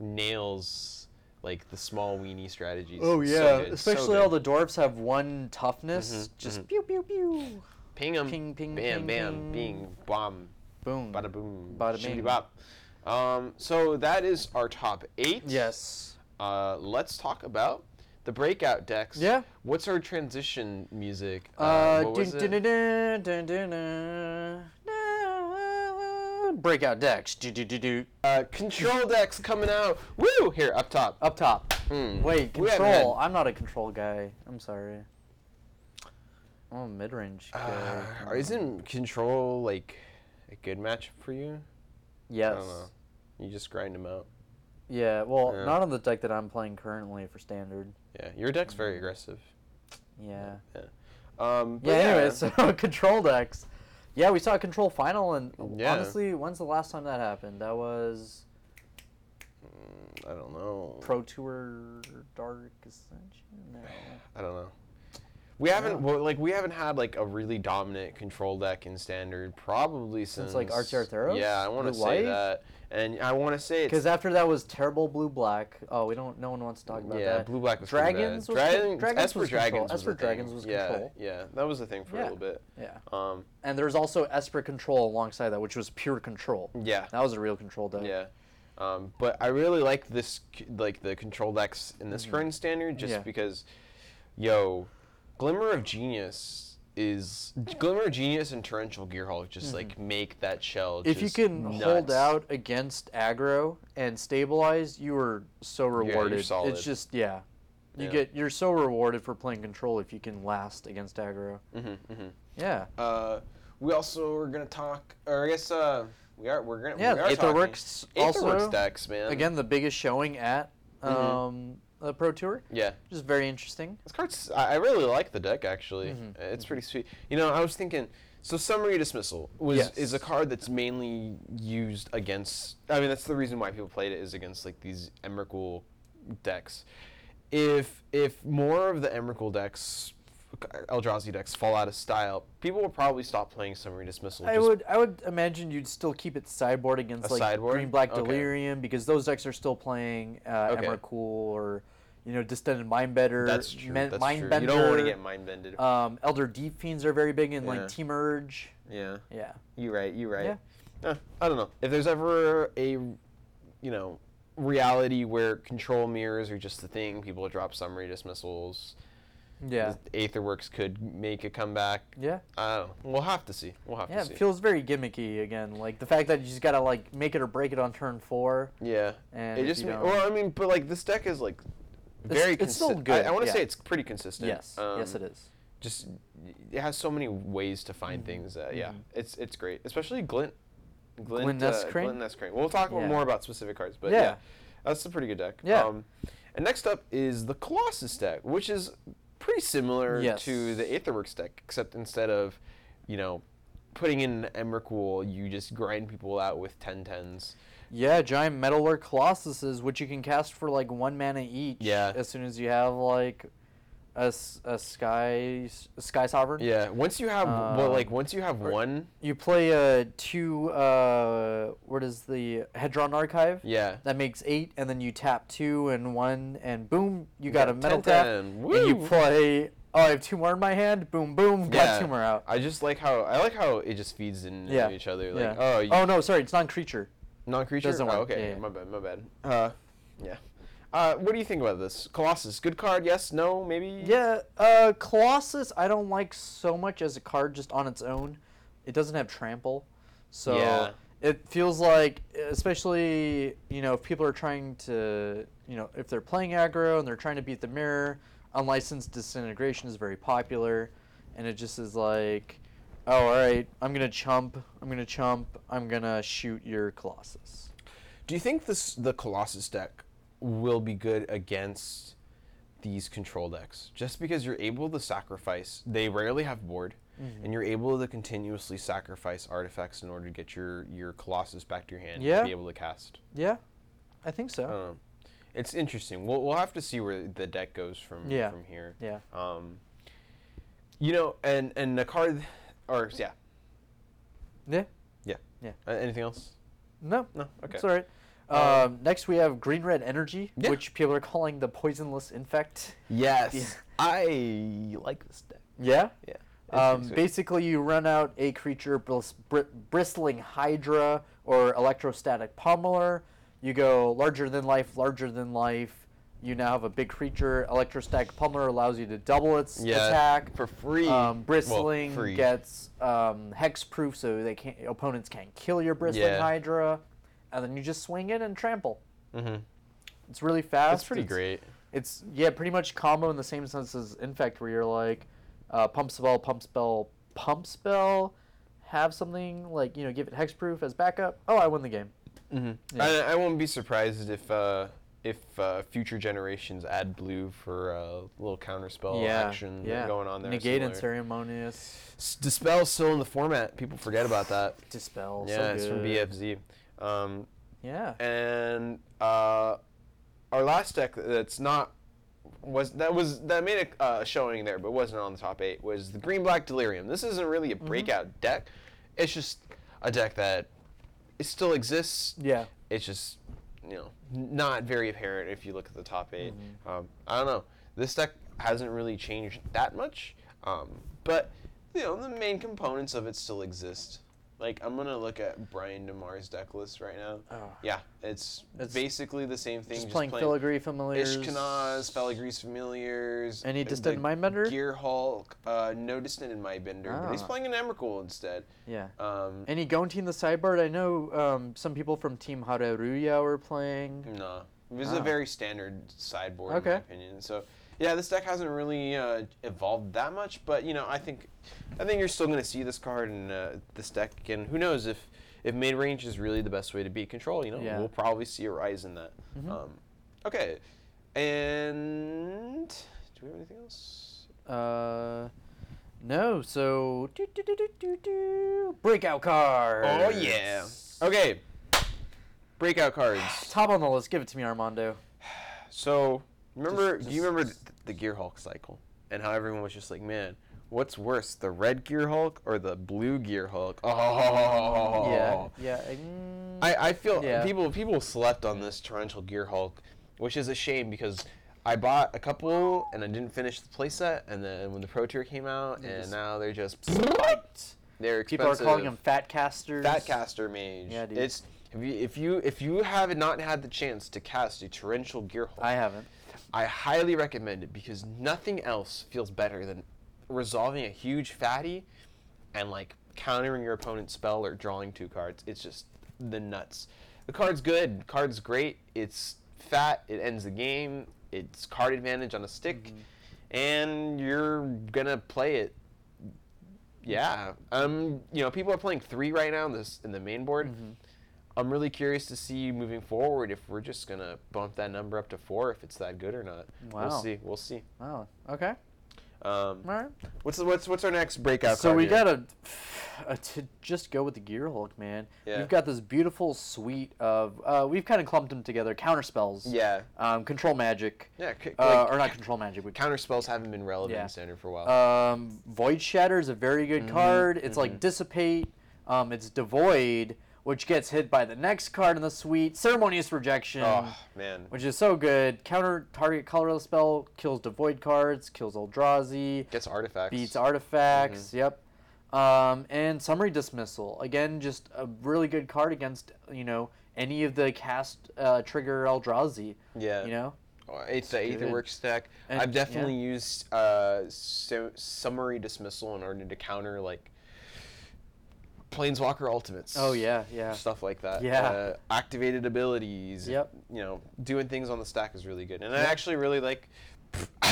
S1: nails like the small weenie strategies.
S2: Oh
S1: It's
S2: yeah,
S1: so good, so
S2: especially
S1: good.
S2: all the dwarves have one toughness.
S1: Mhm,
S2: Just pew pew pew,
S1: ping 'em,
S2: ping, ping,
S1: bam,
S2: ping,
S1: bam,
S2: ping.
S1: bing, bomb,
S2: boom.
S1: bada boom,
S2: Bada
S1: shibbity
S2: bing.
S1: bop. Um, so that is our top eight.
S2: Yes.
S1: Uh, let's talk about the breakout decks.
S2: Yeah.
S1: What's our transition music?
S2: Uh,
S1: what was
S2: dun,
S1: it?
S2: dun, dun, dun, dun, dun, dun. breakout decks. Do, do, do, do.
S1: Uh, control decks coming out. Woo! Here up top.
S2: Up top.
S1: Mm.
S2: Wait,
S1: We haven't had-
S2: control. I'm not a control guy. I'm sorry. I'm a mid range guy.
S1: Uh, isn't control like a good matchup for you? I
S2: yes.
S1: don't know. You just grind them out.
S2: Yeah. Well,
S1: Yeah.
S2: not on the deck that I'm playing currently for standard.
S1: Yeah, your deck's very aggressive.
S2: Yeah.
S1: Um, but
S2: Mm-hmm. Yeah, anyway, so control decks. Yeah, we saw a control final, and
S1: Yeah.
S2: honestly, when's the last time that happened? That was
S1: Mm, I don't know.
S2: Pro Tour Dark Ascension? No.
S1: I don't know. We haven't well, like we haven't had like a really dominant control deck in standard probably since,
S2: Since, like, RTR Theros?
S1: Yeah, I want to
S2: Blue
S1: say
S2: White?
S1: that, and I want to say it's
S2: Because after that was terrible blue black. Oh, we don't. No one wants to talk about
S1: yeah,
S2: that.
S1: blue black was pretty
S2: dragons.
S1: bad.
S2: Was con-
S1: Dragon-
S2: dragons
S1: Esper
S2: was
S1: dragons
S2: control.
S1: was
S2: Esper
S1: a thing.
S2: dragons was
S1: yeah,
S2: control.
S1: Yeah, that was a thing for a
S2: Yeah.
S1: little bit.
S2: Yeah.
S1: Um,
S2: And there's also Esper control alongside that, which was pure control.
S1: yeah,
S2: That was a real control deck.
S1: yeah. Um, but I really like this, c- like the control decks in this current standard, just
S2: Mm-hmm. Yeah.
S1: because, yo, Glimmer of Genius is Glimmer of Genius and Torrential Gearhulk just like make that shell.
S2: Mm-hmm. If you
S1: just
S2: can hold
S1: nuts.
S2: out against aggro and stabilize, you are so
S1: you're
S2: rewarded.
S1: solid.
S2: It's just yeah. You
S1: Yeah.
S2: get you're so rewarded for playing control if you can last against aggro.
S1: Mhm, mhm.
S2: Yeah.
S1: Uh, we also are gonna talk, or I guess uh, we are we're gonna
S2: Yeah,
S1: we are talking.
S2: Aetherworks also-
S1: Aetherworks decks, man.
S2: Again, the biggest showing at
S1: Mm-hmm.
S2: um, the Pro Tour,
S1: yeah.
S2: which is very interesting.
S1: This card's. I I really like the deck actually.
S2: Mm-hmm.
S1: It's pretty sweet. You know, I was thinking. So summary dismissal was
S2: Yes.
S1: is a card that's mainly used against. I mean, that's the reason why people played it is against like these Emrakul decks. If if more of the Emrakul decks Eldrazi decks fall out of style, people will probably stop playing Summary Dismissal.
S2: I
S1: just-
S2: would I would imagine you'd still keep it sideboard against
S1: A
S2: like
S1: sideboard?
S2: green black
S1: Okay.
S2: delirium because those decks are still playing uh,
S1: Okay.
S2: Emrakul or you know distended mind better.
S1: That's true.
S2: Men-
S1: that's
S2: mind
S1: true.
S2: Bender,
S1: You don't want to get mind bended.
S2: um, Elder Deep Fiends are very big in
S1: Yeah.
S2: like Team Urge.
S1: yeah.
S2: Yeah.
S1: You're right. You're right.
S2: Yeah.
S1: Uh, I don't know if there's ever a, you know, reality where control mirrors are just the thing. People drop summary dismissals.
S2: Yeah.
S1: Aetherworks could make a comeback.
S2: Yeah.
S1: I don't know. We'll have to see. We'll have
S2: Yeah,
S1: to see.
S2: it feels very gimmicky again. Like the fact that you just gotta like make it or break it on turn four.
S1: yeah.
S2: And
S1: It
S2: if
S1: just
S2: you
S1: me-
S2: don't-
S1: well, I mean, but like this deck is like
S2: It's-
S1: very.
S2: it's still
S1: consi-
S2: good,
S1: I, want to
S2: yeah.
S1: say it's pretty consistent.
S2: yes, yes,
S1: Um,
S2: it is.
S1: Just it has so many ways to find things. That, yeah, it's it's great, especially Glint.
S2: Glint Nescrane?
S1: Glint Nescrane. We'll talk
S2: Yeah.
S1: more about specific cards, but
S2: Yeah.
S1: yeah. that's a pretty good deck.
S2: Yeah.
S1: Um, and next up is the Colossus deck, which is pretty similar
S2: Yes.
S1: to the Aetherworks deck, except instead of, you know, putting in an Emrakul, you just grind people out with 10-10s.
S2: Yeah, giant metalwork colossuses, which you can cast for like one mana each.
S1: Yeah.
S2: As soon as you have like a, s- a sky s- a sky sovereign.
S1: Yeah. Once you have, well,
S2: Um,
S1: like once you have one,
S2: You play uh, two. Uh, what is the Hedron Archive?
S1: yeah.
S2: That makes eight, and then you tap two and one, and boom, you got
S1: got
S2: a
S1: 10,
S2: metal tap,
S1: 10.
S2: and you
S1: Woo!
S2: play. Oh, I have two more in my hand. Boom, boom, got
S1: Yeah.
S2: two more out.
S1: I just like how I like how it just feeds into
S2: Yeah.
S1: each other.
S2: Yeah.
S1: Like, oh, you,
S2: oh no, sorry, it's non-creature.
S1: non-creature.
S2: doesn't
S1: oh,
S2: work.
S1: okay,
S2: Yeah, yeah.
S1: my bad, my bad. Uh, yeah. Uh, what do you think about this Colossus? Good card? Yes? No? Maybe?
S2: Yeah, uh, Colossus I don't like so much as a card just on its own. It doesn't have trample, so
S1: Yeah.
S2: it feels like, especially you know, if people are trying to, you know, if they're playing aggro and they're trying to beat the mirror, unlicensed disintegration is very popular, and it just is like, oh, all right, I'm gonna chump, I'm gonna chump, I'm gonna shoot your Colossus.
S1: Do you think this the Colossus deck will be good against these control decks? Just because you're able to sacrifice, they rarely have board,
S2: Mm-hmm.
S1: and you're able to continuously sacrifice artifacts in order to get your your Colossus back to your hand
S2: Yeah.
S1: and be able to cast.
S2: Yeah, I think so.
S1: Um, it's interesting. We'll, we'll have to see where the deck goes from
S2: Yeah.
S1: from here.
S2: yeah.
S1: Um, you know, and and the card, or yeah,
S2: Yeah.
S1: Uh, anything else?
S2: No.
S1: No. Okay.
S2: It's all right. Um, next, we have green red energy,
S1: Yeah.
S2: which people are calling the poisonless infect.
S1: Yes,
S2: Yeah.
S1: I like this deck.
S2: Yeah.
S1: Yeah. It's
S2: Um,
S1: pretty sweet.
S2: basically, you run out a creature, bris- br- bristling hydra or electrostatic pommeler. You go larger than life, larger than life. You now have a big creature. Electrostatic pommeler allows you to double its
S1: Yeah,
S2: attack
S1: for free. Well,
S2: Um, bristling
S1: free.
S2: gets um, hexproof, so they can't opponents can't kill your bristling
S1: Yeah.
S2: hydra, and then you just swing in and trample.
S1: Mhm.
S2: It's really fast.
S1: That's pretty
S2: it's-
S1: great.
S2: It's yeah, pretty much combo in the same sense as infect, where you're like, uh, pump spell, pump spell, pump spell, have something like you know, give it hexproof as backup. Oh, I won the game.
S1: Mhm.
S2: Yeah.
S1: I, I won't be surprised if uh, if uh, future generations add blue for a little counterspell Oh, action going on there.
S2: Negate and
S1: similar.
S2: ceremonious
S1: S- Dispel's still in the format. People forget about that.
S2: dispel. so
S1: yeah, it's from
S2: good.
S1: BFZ. Um,
S2: Yeah.
S1: and uh, our last deck that's not was that was that made a uh, showing there, but wasn't on the top eight was the Green Black Delirium. This isn't really a breakout deck. It's just a deck that it still exists.
S2: Yeah.
S1: It's just you know n- not very apparent if you look at the top 8 Um, I don't know. This deck hasn't really changed that much, um, but you know the main components of it still exist. Like I'm gonna look at Brian Demar's deck list right now.
S2: Oh.
S1: Yeah, it's,
S2: It's
S1: basically the same thing.
S2: Just, playing filigree familiars.
S1: Ishkenaz, Felagrees Familiars.
S2: Any
S1: uh,
S2: Distant
S1: the
S2: Mindbender?
S1: Gear Hulk. Uh, no Distant in Mindbender, but he's
S2: Ah.
S1: playing an Emrakul instead.
S2: Yeah.
S1: Um,
S2: Any Gonti in the sideboard? I know um, some people from Team Haruya were playing.
S1: no. This is
S2: Ah.
S1: a very standard sideboard, in
S2: Okay.
S1: my opinion. So, yeah, this deck hasn't really uh, evolved that much, but, you know, I think I think you're still going to see this card and uh, this deck, and who knows if, if mid range is really the best way to beat control. You know,
S2: Yeah. Mm-hmm.
S1: we'll probably see a rise in that. Um, okay. And. Do we have anything else?
S2: Uh, no. So do, do, do, do, do, do. breakout cards.
S1: Oh yeah. Okay. Breakout cards.
S2: Top on the list. Give it to me, Armando.
S1: So remember, do you
S2: Just-
S1: remember th- the Gear Hulk cycle? and how everyone was just like, man, what's worse, the red Gear Hulk or the blue Gear Hulk? Oh,
S2: Yeah, yeah. mm,
S1: I, I feel
S2: Yeah.
S1: people people slept on this torrential Gear Hulk, which is a shame because I bought a couple and I didn't finish the playset, and then when the Pro Tour came out, and
S2: just-
S1: now they're just
S2: Right.
S1: they're
S2: People
S1: expensive.
S2: are calling them fat casters.
S1: Fat caster mage.
S2: Yeah, dude.
S1: It's if you if you if you have not had the chance to cast a torrential gear hulk,
S2: I haven't.
S1: I highly recommend it because nothing else feels better than resolving a huge fatty and like countering your opponent's spell or drawing two cards. It's just the nuts. The card's good, card's great, it's fat, it ends the game, it's card advantage on a stick, and you're gonna play it yeah. Um, you know, people are playing three right now in this in the main board. I'm really curious to see moving forward if we're just gonna bump that number up to four if it's that good or not. We'll
S2: Wow.
S1: see. We'll see.
S2: Oh, okay.
S1: Um,
S2: All right.
S1: what's the- what's what's our next breakout?
S2: so
S1: card
S2: we
S1: here?
S2: gotta uh, to just go with the Gear Hulk, man.
S1: Yeah.
S2: We've got this beautiful suite of uh, we've kind of clumped them together. Counter spells.
S1: yeah
S2: Um, control magic.
S1: yeah c-
S2: Uh,
S1: like,
S2: or not control magic. But
S1: counter spells haven't been relevant
S2: Yeah.
S1: in standard for a while.
S2: um, Void Shatter is a very good
S1: Mm-hmm,
S2: card. It's like dissipate. Um, it's devoid, which gets hit by the next card in the suite. Ceremonious rejection.
S1: oh man.
S2: Which is so good. Counter target colorless spell kills devoid cards, kills Eldrazi,
S1: Gets artifacts.
S2: beats
S1: Mm-hmm.
S2: artifacts. Yep. Um, and summary dismissal. Again, just a really good card against you know any of the cast uh, trigger Eldrazi.
S1: Yeah.
S2: You know.
S1: Oh, It's the
S2: good.
S1: Aetherworks stack.
S2: And-
S1: I've definitely used uh, so, summary dismissal in order to counter like Planeswalker ultimates.
S2: Oh yeah, yeah.
S1: Stuff like that.
S2: Yeah.
S1: Uh, activated abilities.
S2: Yep.
S1: You know, doing things on the stack is really good, and I
S2: Yeah.
S1: actually really like.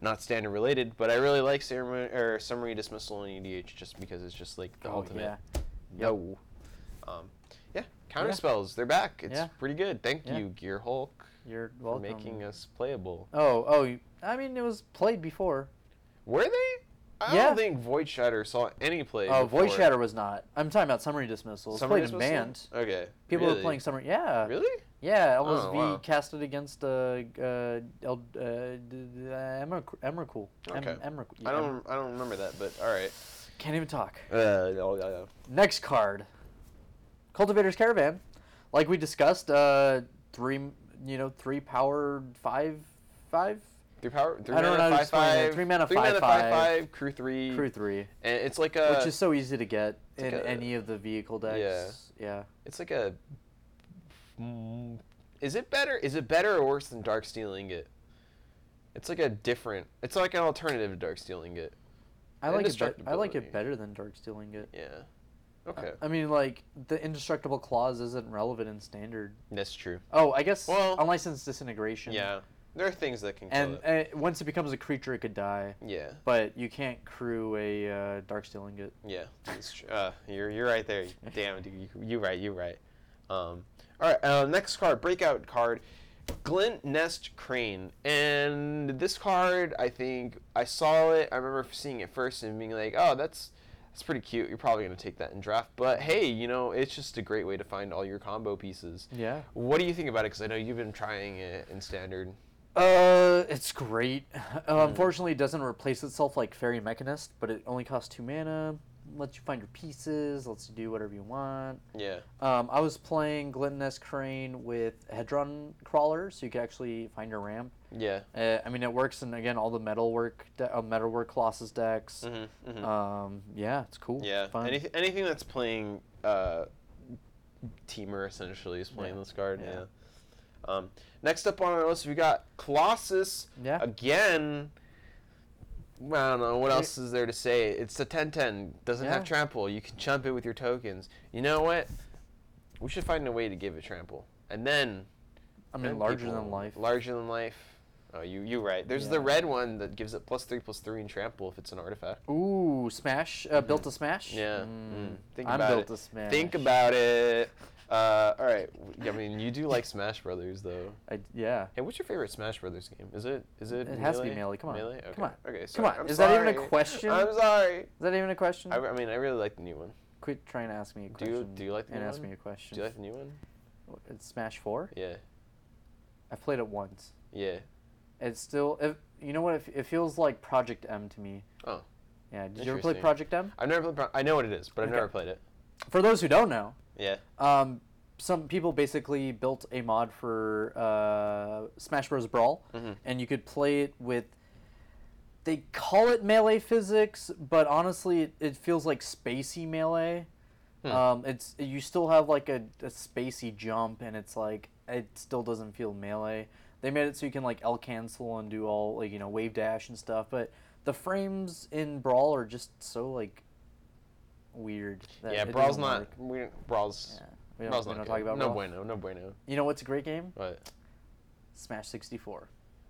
S1: Not standard related, but I really like ceremony, or summary dismissal in EDH just because it's just like the
S2: Oh,
S1: ultimate.
S2: yeah.
S1: No. Um, yeah, counter spells, they're back. It's
S2: Yeah.
S1: pretty good. Thank
S2: Yeah.
S1: you, Gear Hulk
S2: You're
S1: for
S2: welcome.
S1: making us playable.
S2: Oh, oh. you- I mean, it was played before.
S1: Were they? I
S2: Yeah.
S1: don't think Void Shatter saw any play.
S2: Oh, Void
S1: before.
S2: Shatter was not. I'm talking about Summary Dismissal. It's
S1: Summary
S2: played
S1: Dismissal?
S2: in banned.
S1: Okay.
S2: People
S1: really?
S2: were playing Summary. Yeah.
S1: Really? Oh,
S2: Yeah, LSV
S1: wow.
S2: casted against uh, uh, El, uh, d- d- uh, Emrakul. Emrakul. Em-
S1: Okay.
S2: Emrakul.
S1: I
S2: Em-
S1: don't. I don't remember that, but all right.
S2: Can't even talk.
S1: Uh, no, no, no.
S2: Next card, Cultivator's Caravan. Like we discussed, uh, three you know three power five five
S1: Three power. Three
S2: I don't know how
S1: mana
S2: to
S1: five
S2: explain it.
S1: five.
S2: Three mana,
S1: three
S2: five,
S1: mana five
S2: five.
S1: five. Crew three. Uh,
S2: crew three,
S1: And it's like a.
S2: which is so easy to get in
S1: like a-
S2: any of the vehicle decks. Yeah.
S1: It's like a. Mm, Is it better? Is it better or worse than Dark Stealing It? It's like a different. It's like an alternative to Dark Stealing It.
S2: I like it. bet- I like
S1: Indestructibility.
S2: it better than Dark Stealing It.
S1: Yeah. Okay.
S2: I mean, like the indestructible clause isn't relevant in standard.
S1: That's true.
S2: Oh, I guess
S1: Well-
S2: unlicensed disintegration.
S1: Yeah. There are things that can kill
S2: And,
S1: it.
S2: and once it becomes a creature, it could die.
S1: Yeah,
S2: But you can't crew a uh, dark stealing it.
S1: yeah, it's tr- uh, you're you're right there. Damn, dude, you you right, you right. Um, all right, uh, next card, breakout card, Glint Nest Crane, and this card, I think I saw it. I remember seeing it first and being like, oh, that's that's pretty cute. You're probably gonna take that in draft, but hey, you know, it's just a great way to find all your combo pieces.
S2: Yeah.
S1: What do you think about it? Because I know you've been trying it in standard.
S2: Uh, it's great.
S1: Hmm.
S2: Uh, Unfortunately, it doesn't replace itself like Fairy Mechanist, but it only costs two mana. Lets you find your pieces. Lets you do whatever you want.
S1: Yeah.
S2: Um, I was playing Glintness Crane with Hedron Crawler, so you could actually find your ramp.
S1: Yeah.
S2: Uh, I mean, it works in again all the metalwork, de- uh, metalwork Colossus decks.
S1: Mm-hmm, mm-hmm.
S2: Um, yeah, it's cool.
S1: Yeah.
S2: fun.
S1: Anyth- anything that's playing uh, teamer essentially is playing
S2: Yeah.
S1: this card. Yeah.
S2: Yeah.
S1: Um, next up on our list, we got Colossus.
S2: Yeah.
S1: Again. I don't know what
S2: Yeah.
S1: else is there to say. It's a 10-10. Doesn't have
S2: Yeah.
S1: trample. You can chump it with your tokens. You know what? We should find a way to give it trample, and then.
S2: I
S1: then
S2: mean, larger
S1: people-
S2: than life.
S1: Larger than life. Oh, you you right. There's the
S2: Yeah.
S1: red one that gives it plus three plus three in trample if it's an artifact.
S2: Ooh, smash. Uh, Built to smash.
S1: Mm-hmm. Yeah. Mm. Think
S2: I'm
S1: about
S2: built
S1: it.
S2: to smash.
S1: Think about it. Uh, all right. I mean, you do like Smash Brothers, though.
S2: I, yeah.
S1: Hey, what's your favorite Smash Brothers game? Is it? Is it?
S2: It has to be Melee, come on.
S1: Melee. Okay.
S2: Come on.
S1: Okay.
S2: Come
S1: Sorry.
S2: on,
S1: I'm
S2: is that even a
S1: sorry.
S2: question?
S1: I'm sorry.
S2: Is that even a question?
S1: I, I mean, I really like the new one.
S2: Quit trying to ask me a
S1: Do you-
S2: question.
S1: do you like the
S2: And
S1: new
S2: ask
S1: one?
S2: me a question.
S1: Do you like the new one?
S2: It's Smash Four.
S1: Yeah.
S2: I've played it once.
S1: Yeah.
S2: It's still, if, you know what? It, it feels like Project M to me.
S1: Oh.
S2: Yeah. Did you ever play
S1: Interesting.
S2: Project M?
S1: I've never played. Pro- I know what it is, but I've
S2: Okay.
S1: never played it.
S2: For those who don't know,
S1: Yeah.
S2: um, some people basically built a mod for uh, Smash Bros. Brawl,
S1: Mhm.
S2: and you could play it with. They call it melee physics, but honestly, it, it feels like spacey melee.
S1: Hmm.
S2: Um, it's you still have like a, a spacey jump, and it's like it still doesn't feel melee. They made it so you can like L cancel and do all like you know wave dash and stuff, but the frames in Brawl are just so like weird. that
S1: yeah.
S2: it
S1: Brawl's
S2: doesn't
S1: not.
S2: work.
S1: We, Brawl's.
S2: Yeah. We don't,
S1: Brawl's
S2: we
S1: not
S2: don't
S1: good.
S2: talk about
S1: no
S2: Brawl.
S1: bueno. No bueno.
S2: You know what's a great game?
S1: But
S2: Smash 64.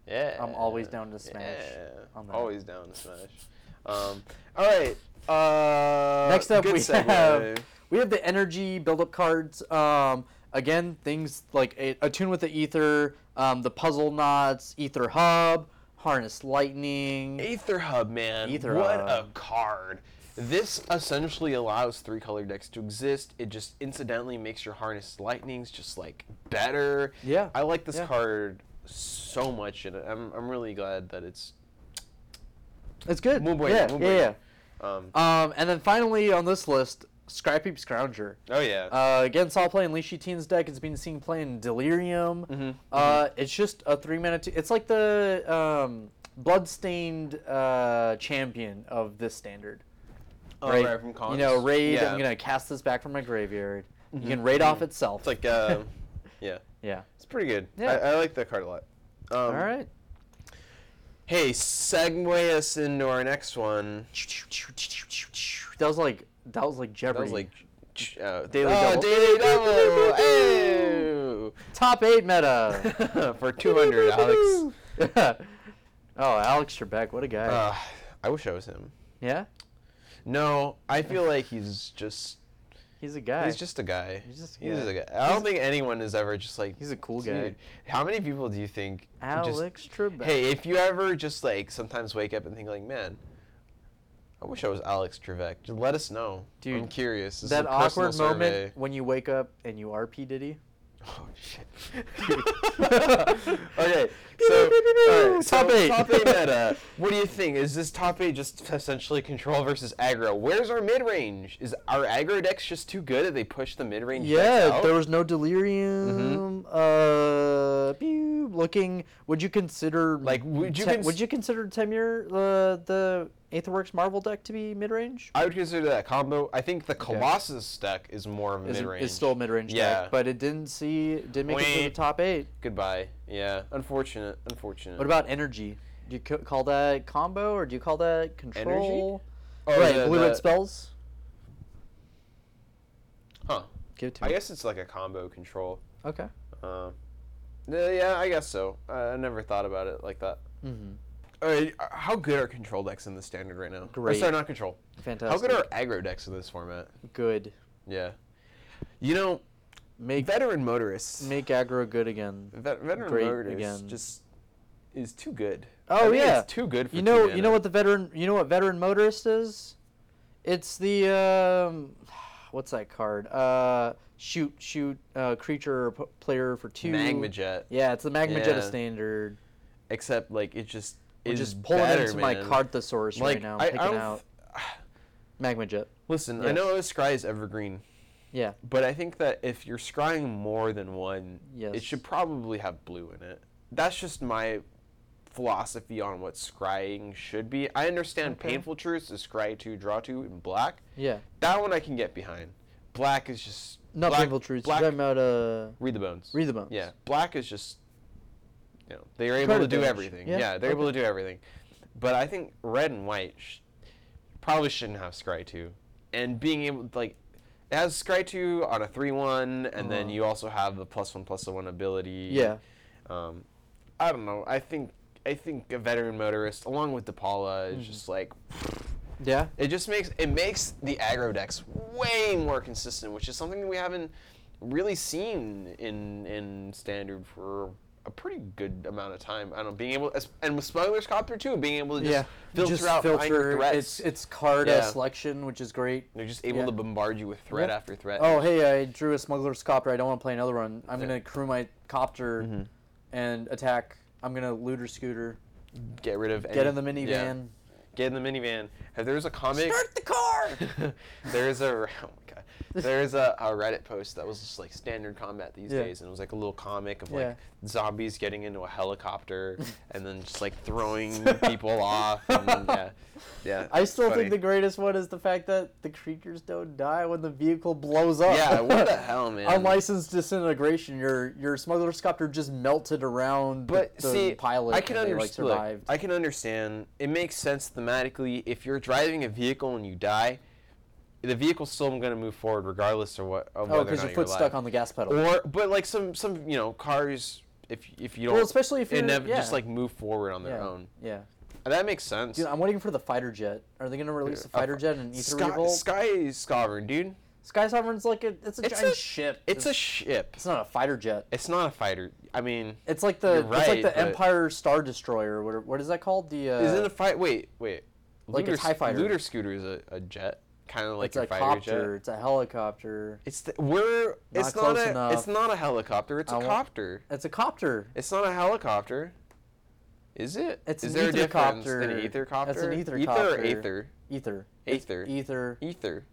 S1: yeah.
S2: always down to smash
S1: Yeah.
S2: on that.
S1: Always down to smash. Um. All right. Uh,
S2: Next up,
S1: good
S2: we
S1: segue.
S2: have we have the energy build-up cards. Um, again, things like a, attune with the ether, um, the puzzle knots, ether hub, harness lightning.
S1: Aether Hub, man.
S2: Aether
S1: what a
S2: Hub.
S1: card. This essentially allows three color decks to exist. It just incidentally makes your harness lightnings just like better.
S2: Yeah,
S1: I like this
S2: yeah.
S1: card so much and I'm I'm really glad that it's
S2: It's good.
S1: Muy bueno,
S2: yeah,
S1: muy
S2: yeah, yeah.
S1: bueno. um
S2: Um, and then finally on this list, Scrappy Scrounger.
S1: Oh yeah.
S2: Uh, again, saw play in Leashy Teen's deck. It's been seen playing Delirium.
S1: Mhm,
S2: Uh, it's just a three minute. T- it's like the um, Bloodstained uh, champion of this standard.
S1: Oh,
S2: Raid-
S1: right, from
S2: You know,
S1: Cons.
S2: raid.
S1: Yeah. Mm-hmm.
S2: I'm gonna cast this back from my graveyard. You can raid off itself.
S1: It's like uh yeah.
S2: yeah.
S1: It's pretty good.
S2: Yeah.
S1: I, I like that card a lot. Um,
S2: All right.
S1: Hey, segue us into our next one.
S2: That was like that was like Jeopardy.
S1: That was like uh,
S2: Daily
S1: oh,
S2: Double.
S1: Daily Double. Hey!
S2: top eight meta.
S1: for 200, Alex.
S2: oh, Alex Trebek, what a guy.
S1: Uh, I wish I was him.
S2: yeah,
S1: No, I feel like he's just
S2: he's a guy.
S1: he's just a guy.
S2: He's just a
S1: he's
S2: guy.
S1: a guy. I don't think anyone is ever just like
S2: He's a cool guy.
S1: "Dude, How many people do you think just-
S2: Alex Trebek.
S1: Hey, if you ever just like sometimes wake up and think like, man, I wish I was Alex Trebek. Just let us know. I'm
S2: Dude,
S1: curious. This is
S2: that
S1: a personal
S2: awkward moment
S1: survey.
S2: when you wake up and you are P Diddy.
S1: Oh shit.
S2: Okay,
S1: okay. So, all right, so
S2: Top eight.
S1: Top eight meta. What do you think? Is this top eight just essentially control versus aggro? Where's our mid range? Is our aggro decks just too good that they push the mid range?
S2: Yeah, there was no delirium.
S1: Mm-hmm.
S2: Uh, pew, looking. Would you consider
S1: Like, would you
S2: Te-
S1: cons-
S2: would you consider Temur the the Aetherworks Marvel deck to be mid range?
S1: I would consider that combo. I think the Colossus deck is more of a
S2: Is,
S1: mid range.
S2: is still a mid range
S1: Yeah.
S2: deck, but it didn't see didn't make it to the
S1: Wait.
S2: top eight.
S1: Goodbye. Yeah. Unfortunate. Unfortunate.
S2: What about energy? Do you c- call that combo or do you call that control?
S1: Oh,
S2: right,
S1: the-
S2: blue red
S1: the-
S2: spells.
S1: Huh.
S2: Give it to
S1: I
S2: me.
S1: guess it's like a combo control.
S2: Okay.
S1: Uh, yeah, I guess so. I I never thought about it like that.
S2: hmm
S1: Uh, how good are control decks in the standard right now? Or,
S2: Great.
S1: sorry, not control.
S2: Fantastic.
S1: How good are aggro decks in this format?
S2: good?
S1: Yeah. You know,
S2: Make
S1: veteran motorists.
S2: make aggro good again.
S1: Vet- veteran
S2: great
S1: motorists
S2: again.
S1: just is too good.
S2: Oh,
S1: I think
S2: yeah.
S1: it's too good for
S2: You know,
S1: two
S2: you know
S1: mana.
S2: what the veteran, you know what veteran motorist is? It's the um, what's that card? Uh, shoot, shoot, uh, creature or p- player for two.
S1: Magma Jet.
S2: Yeah, it's the magma
S1: Yeah.
S2: jet standard.
S1: Except like it just
S2: We're
S1: is
S2: just pulling
S1: better,
S2: into my
S1: man.
S2: card thesaurus
S1: Like
S2: right now,
S1: I, I
S2: picking
S1: don't
S2: out magma jet.
S1: listen. I
S2: Yeah.
S1: know Scry is evergreen,
S2: Yeah,
S1: but I think that if you're scrying more than one,
S2: Yes.
S1: it should probably have blue in it. That's just my philosophy on what scrying should be. I understand
S2: Okay.
S1: Painful Truths is scry two, draw two in black.
S2: yeah.
S1: That one I can get behind. Black is just
S2: Not
S1: black,
S2: painful truths. You're
S1: Black,
S2: talking about uh,
S1: read the bones.
S2: read the bones.
S1: Yeah, black is just you know they're able
S2: Card
S1: to do
S2: advantage.
S1: everything.
S2: Yeah,
S1: Yeah, they're able to do everything. But I think red and white sh- probably shouldn't have scry two, and being able like it has scry two on a three one, and then
S2: Uh-huh.
S1: you also have the plus one plus one ability.
S2: Yeah.
S1: Um, I don't know. I think I think a veteran motorist along with DePaula
S2: Mm-hmm.
S1: is just like
S2: Yeah.
S1: it just makes it makes the aggro decks way more consistent, which is something that we haven't really seen in in standard for a pretty good amount of time. I don't know, being able as- and with Smuggler's Copter too, being able to just filter out find your threats.
S2: It's it's card uh,
S1: Yeah.
S2: selection, which is great.
S1: They're just able
S2: yeah.
S1: to bombard you with threat
S2: Yeah.
S1: after threat.
S2: Oh hey, I drew a smuggler's copter. I don't want to play another one. I'm gonna crew my copter and attack I'm gonna looter scooter.
S1: Get rid of. Any,
S2: Get in the minivan.
S1: yeah, get in the minivan. If there's a comic.
S2: Start the car.
S1: there's a oh my god. There's a, a Reddit post that was just like standard combat these
S2: Yeah.
S1: days, and it was like a little comic of
S2: Yeah.
S1: like zombies getting into a helicopter and then just like throwing people off. And then, yeah, yeah.
S2: I still
S1: funny.
S2: think the greatest one is the fact that the creatures don't die when the vehicle blows up.
S1: yeah. What the hell, man?
S2: Unlicensed disintegration. Your your smuggler's copter just melted around
S1: But
S2: the, the
S1: see,
S2: pilot.
S1: I can
S2: and they,
S1: understand.
S2: like, survived.
S1: I can understand. It makes sense thematically. If you're driving a vehicle and you die, the vehicle's still going to move forward regardless of what. Of whether
S2: oh,
S1: or
S2: because
S1: not
S2: your
S1: you're
S2: foot's
S1: alive.
S2: stuck on the gas pedal.
S1: Or, but like some some you know cars, if if you don't,
S2: well, especially if
S1: they
S2: you're
S1: never
S2: yeah,
S1: just like move forward on their
S2: yeah,
S1: own.
S2: Yeah.
S1: And that makes sense.
S2: Dude, I'm waiting for the fighter jet. Are they gonna release the fighter jet E and Ether
S1: Sky,
S2: Revolt?
S1: Sky Sovereign, dude.
S2: Sky Sovereign's like a, it's a
S1: It's
S2: giant
S1: a-
S2: ship.
S1: It's a ship.
S2: It's not a fighter jet.
S1: It's not a fighter. I mean,
S2: It's like the
S1: You're
S2: it's like
S1: right,
S2: the
S1: but-
S2: Empire Star Destroyer. What, what is that called? The uh,
S1: is it a fight? Wait, wait.
S2: Like a
S1: Looter-
S2: TIE fighter.
S1: Looter scooter is a, a jet, kind of like
S2: it's
S1: your
S2: a
S1: fighter
S2: copter.
S1: jet.
S2: It's a helicopter.
S1: It's the, we're
S2: Not
S1: it's not
S2: close
S1: a
S2: enough.
S1: it's not a helicopter. It's a
S2: I want-
S1: copter.
S2: It's a copter.
S1: It's not a helicopter. Is it?
S2: It's
S1: is
S2: an
S1: there a difference? An
S2: ethercopter.
S1: ether
S2: That's an
S1: copter? Ether or
S2: ethercopter.
S1: aether?
S2: Ether.
S1: Aether.
S2: It's ether.
S1: Ether.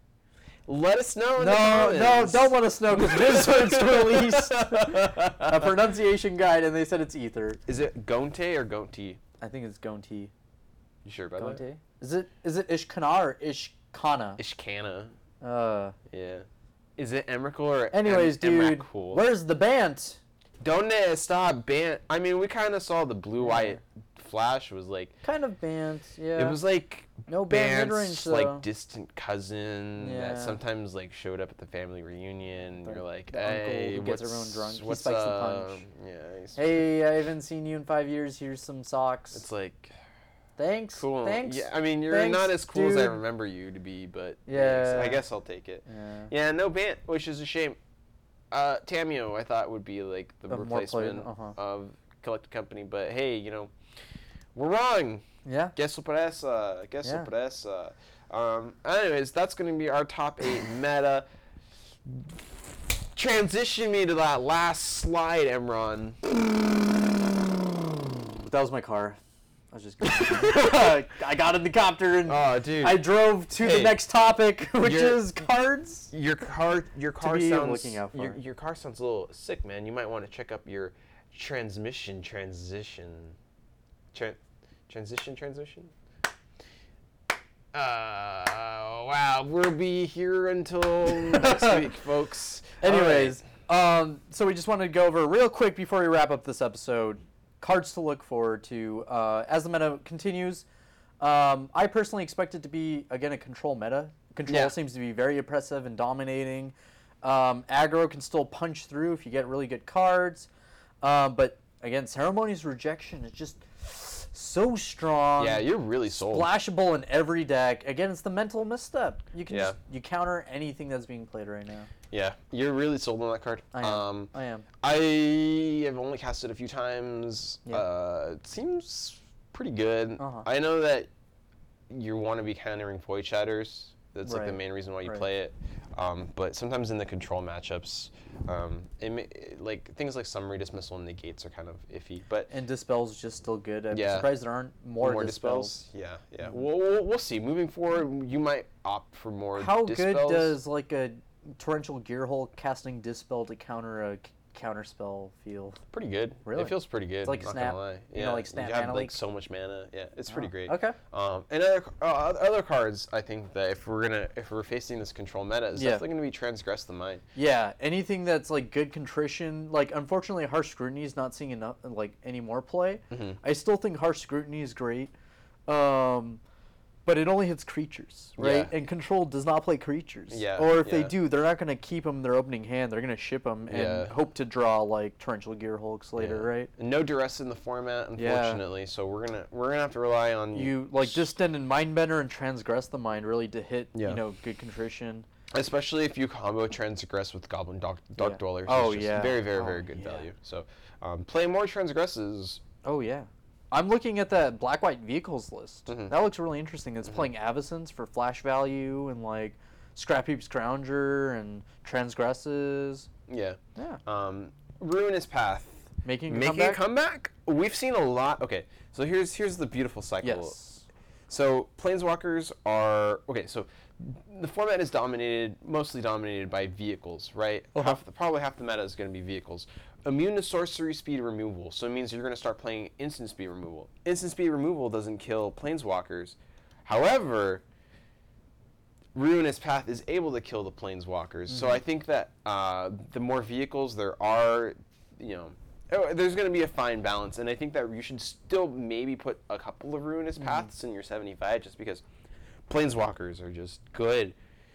S1: Let us know. In
S2: No,
S1: the
S2: no,
S1: comments.
S2: don't let us know because this one's released a pronunciation guide, and they said it's ether.
S1: Is it Gonte or Gonti?
S2: I think it's Gonti.
S1: You sure about that?
S2: Gonti. Is it is it Ishkana or Ishkana?
S1: Ishkana.
S2: Uh.
S1: Yeah. Is it Emrakul or Em-
S2: Anyways, dude,
S1: Emrakul?
S2: where's the band?
S1: Don't uh, stop ban. I mean, we kind of saw the blue white flash was like
S2: Kind of band, yeah.
S1: it was like
S2: no band
S1: Bant's
S2: mid-range
S1: like
S2: though.
S1: distant cousin
S2: Yeah.
S1: that sometimes like showed up at the family reunion.
S2: The-
S1: You're like,
S2: the uncle who
S1: hey,
S2: gets
S1: what's,
S2: everyone drunk. He
S1: What's
S2: spikes the
S1: up?"
S2: punch.
S1: Yeah, he's-
S2: hey, I haven't seen you in five years. Here's some socks.
S1: it's like
S2: thanks.
S1: cool.
S2: Thanks.
S1: Yeah, I mean, you're
S2: Thanks,
S1: not as cool as I
S2: dude.
S1: remember you to be, but thanks.
S2: Yeah.
S1: I guess I'll take it.
S2: Yeah.
S1: Yeah, no Bant, which is a shame. Uh, Tamio, I thought would be like the
S2: The more play-
S1: replacement
S2: uh-huh.
S1: of Collective Company, but hey, you know, we're wrong.
S2: Yeah.
S1: Que sorpresa! Que
S2: Yeah.
S1: sorpresa! Um, anyways, that's going to be our top eight meta. Transition me to that last slide, Emron.
S2: That was my car. I was just. Kidding. I got in the copter and
S1: Oh, dude,
S2: I drove to the
S1: Hey,
S2: next topic, which
S1: you're-
S2: is cards.
S1: your car, your car
S2: be
S1: sounds
S2: looking out
S1: Your,
S2: for.
S1: your car sounds a little sick, man. You might want to check up your transmission, transition, Tran transition, transmission. Uh, wow, we'll be here until next week, folks. All right.
S2: Anyways, um, so we just wanted to go over real quick before we wrap up this episode cards to look forward to uh, as the meta continues. Um, I personally expect it to be again a control meta. Control
S1: Yeah.
S2: seems to be very oppressive and dominating. Um, aggro can still punch through if you get really good cards, um, but again, ceremonies rejection is just so strong.
S1: Yeah, you're really sold.
S2: Flashable in every deck. Again, it's the mental misstep. You can
S1: Yeah.
S2: just, you counter anything that's being played right now.
S1: Yeah, you're really sold on that card.
S2: I am.
S1: Um,
S2: I am.
S1: I have only cast it a few times.
S2: Yeah.
S1: Uh, it seems pretty good.
S2: Uh-huh.
S1: I know that you want to be countering Void Shatters. That's like the
S2: Right,
S1: main reason why you
S2: right.
S1: play it. Um, but sometimes in the control matchups, um, it, ma- it- like things like Summary Dismissal and Negates are kind of iffy. But
S2: And dispels just still good. I'm
S1: Yeah.
S2: surprised there aren't more,
S1: more
S2: dispels.
S1: dispels. Yeah, yeah. We'll, we'll, we'll see. Moving forward, you might opt for more
S2: How
S1: dispels.
S2: good does like a torrential gearhole casting dispel to counter a c- counter spell feel?
S1: Pretty good.
S2: Really?
S1: It feels pretty good.
S2: like
S1: not
S2: Snap.
S1: Gonna lie.
S2: You
S1: Yeah.
S2: know, like Snap
S1: You have
S2: mana
S1: like
S2: leak?
S1: so much mana. Yeah, it's pretty
S2: Oh,
S1: great.
S2: okay.
S1: Um, and other uh, other cards, I think that if we're gonna if we're facing this control meta, it's
S2: Yeah.
S1: definitely gonna be transgress the mind.
S2: Yeah, anything that's like good contrition, like unfortunately harsh scrutiny is not seeing enough like any more play.
S1: Mm-hmm.
S2: I still think harsh scrutiny is great. Um but it only hits creatures, right?
S1: Yeah.
S2: And control does not play creatures.
S1: Yeah,
S2: Or if they
S1: yeah.
S2: do, they're not going to keep them their opening hand. They're going to ship them and
S1: Yeah.
S2: hope to draw like torrential gear hulks later,
S1: Yeah.
S2: right?
S1: And no duress in the format,
S2: Yeah.
S1: unfortunately. So we're gonna we're gonna have to rely on
S2: You like distend and mind bender and transgress the mind really to hit
S1: Yeah.
S2: you know good contrition.
S1: especially if you combo transgress with goblin dark, dark
S2: Yeah.
S1: dwellers.
S2: Oh,
S1: it's just
S2: yeah.
S1: very very
S2: Oh,
S1: very good
S2: yeah.
S1: value. So um, play more transgresses.
S2: Oh yeah. I'm looking at that black white vehicles list.
S1: Mhm.
S2: That looks really interesting. It's playing Avacyn's for flash value and like Scrap Heaps Scrounger and Transgresses.
S1: Yeah.
S2: Yeah.
S1: Um, Ruinous Path.
S2: Making a
S1: making
S2: comeback?
S1: a comeback. We've seen a lot. Okay, so here's here's the beautiful cycle.
S2: Yes.
S1: So planeswalkers are okay. So the format is dominated, mostly dominated by vehicles, right? Half the, probably half the meta is going to be vehicles. Immune to sorcery speed removal, so it means you're going to start playing instant speed removal. Instant speed removal doesn't kill planeswalkers. However, Ruinous Path is able to kill the planeswalkers. So
S2: Mm-hmm.
S1: I think that uh, the more vehicles there are, you know, oh, there's going to be a fine balance. And I think that you should still maybe put a couple of Ruinous
S2: Mm-hmm.
S1: Paths in your 75 just because planeswalkers are just good.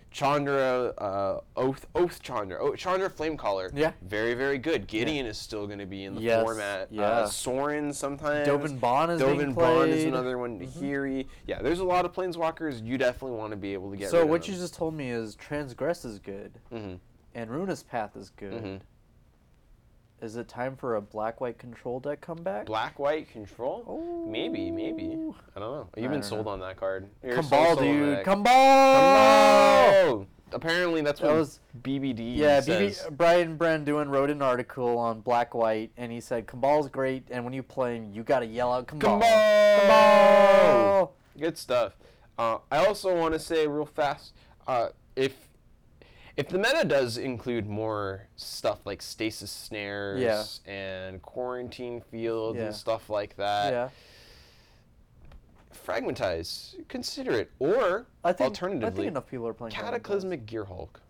S1: Chandra, uh, Oath, Oath Chandra, oh, Chandra Flamecaller.
S2: Yeah.
S1: Very, very good. Gideon is still going to be in the
S2: Yes,
S1: format.
S2: yeah.
S1: Uh, Soren sometimes.
S2: Dovin Bond is being
S1: Dovin Bond is
S2: played.
S1: another one.
S2: Mm-hmm.
S1: Nahiri. Yeah, there's a lot of planeswalkers. You definitely want to be able to get
S2: So
S1: rid of
S2: what
S1: them.
S2: you just told me is transgress is good
S1: Mhm.
S2: and Runa's path is good.
S1: Mhm.
S2: Is it time for a black white control deck comeback?
S1: Black white control? Maybe, maybe.
S2: Ooh.
S1: I don't know.
S2: I
S1: You've been
S2: don't
S1: sold on that card. You're
S2: Come
S1: so
S2: ball,
S1: sold on
S2: dude.
S1: that.
S2: Come ball.
S1: Ball! Apparently that's
S2: That
S1: what
S2: was-
S1: BBD
S2: Yeah,
S1: says.
S2: BB, Brian Branduin wrote an article on black white, and he said Kambal's great, and when you play him, you gotta yell out Kambal.
S1: Kambal! Good stuff. Uh, I also want to say real fast, uh, if if the meta does include more stuff like stasis snares
S2: Yeah.
S1: and quarantine fields
S2: Yeah.
S1: and stuff like that,
S2: Yeah,
S1: fragmentize, consider it, or
S2: I think. I
S1: alternatively,
S2: think enough people are playing Kambal.
S1: cataclysmic gear hulk.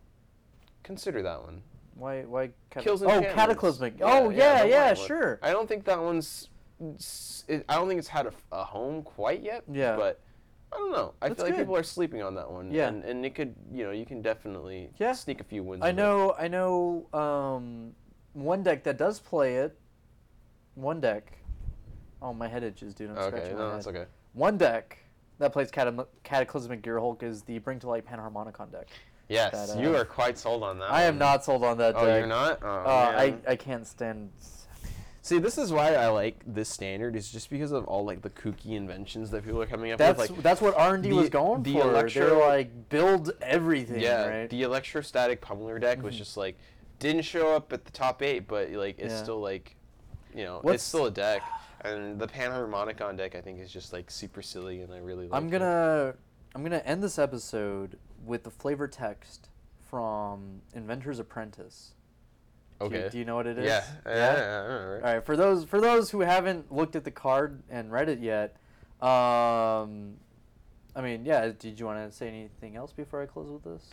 S1: Consider that one.
S2: Why? Why? Cata-
S1: Kills
S2: oh,
S1: enchantments.
S2: cataclysmic. oh, yeah,
S1: don't
S2: yeah,
S1: worry about it.
S2: sure.
S1: I don't think that one's. s- It, I don't think it's had a, a home quite yet.
S2: Yeah.
S1: But I don't know. I
S2: That's
S1: feel like
S2: good.
S1: people are sleeping on that one.
S2: Yeah.
S1: And, and it could, you know, you can definitely
S2: Yeah.
S1: sneak a few wins.
S2: I
S1: with it.
S2: know, I know. Um, one deck that does play it. One deck. Oh, my head itches, dude. I'm
S1: Okay,
S2: scratching my
S1: no,
S2: head.
S1: that's okay.
S2: One deck that plays Catam- Cataclysmic Gear Hulk is the Bring to Light Panharmonicon deck.
S1: Yes,
S2: That,
S1: you
S2: uh,
S1: are quite sold on that.
S2: I am
S1: one.
S2: not sold on that
S1: Oh,
S2: deck.
S1: you're not. Oh,
S2: Uh, I,
S1: man.
S2: I can't stand.
S1: See, this is why I like this standard is just because of all like the kooky inventions that people are coming up
S2: That's
S1: with. Like,
S2: that's what R and D
S1: the-
S2: was going
S1: the
S2: for. They're
S1: electro-
S2: like build everything,
S1: yeah,
S2: right? Mm-hmm.
S1: the electrostatic pummeler deck was just like didn't show up at the top eight, but like it's
S2: Yeah.
S1: still like, you know,
S2: What's-
S1: it's still a deck. And the Panharmonicon deck, I think, is just like super silly, and I really. Like
S2: I'm
S1: it.
S2: gonna I'm gonna end this episode with the flavor text from Inventor's Apprentice. Do you-
S1: Okay.
S2: Do you, know what it is?
S1: yeah. Yeah. yeah, I remember.
S2: All right. For those for those who haven't looked at the card and read it yet, um, I mean, yeah. Did you want to say anything else before I close with this?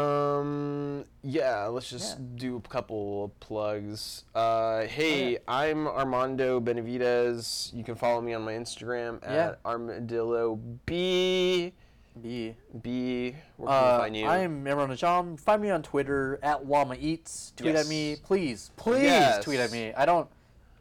S1: Um. Yeah. Let's just
S2: Yeah.
S1: do a couple plugs. Uh. Hey,
S2: yeah.
S1: I'm Armando Benavides. You can follow me on my Instagram at
S2: Yeah.
S1: armadillo b
S2: B.
S1: b. Where can
S2: Uh,
S1: we find you?
S2: I'm Imran Najam. Find me on Twitter at Llama Eats. Tweet at me,
S1: Yes.
S2: please. Please
S1: Yes.
S2: tweet at me. I don't,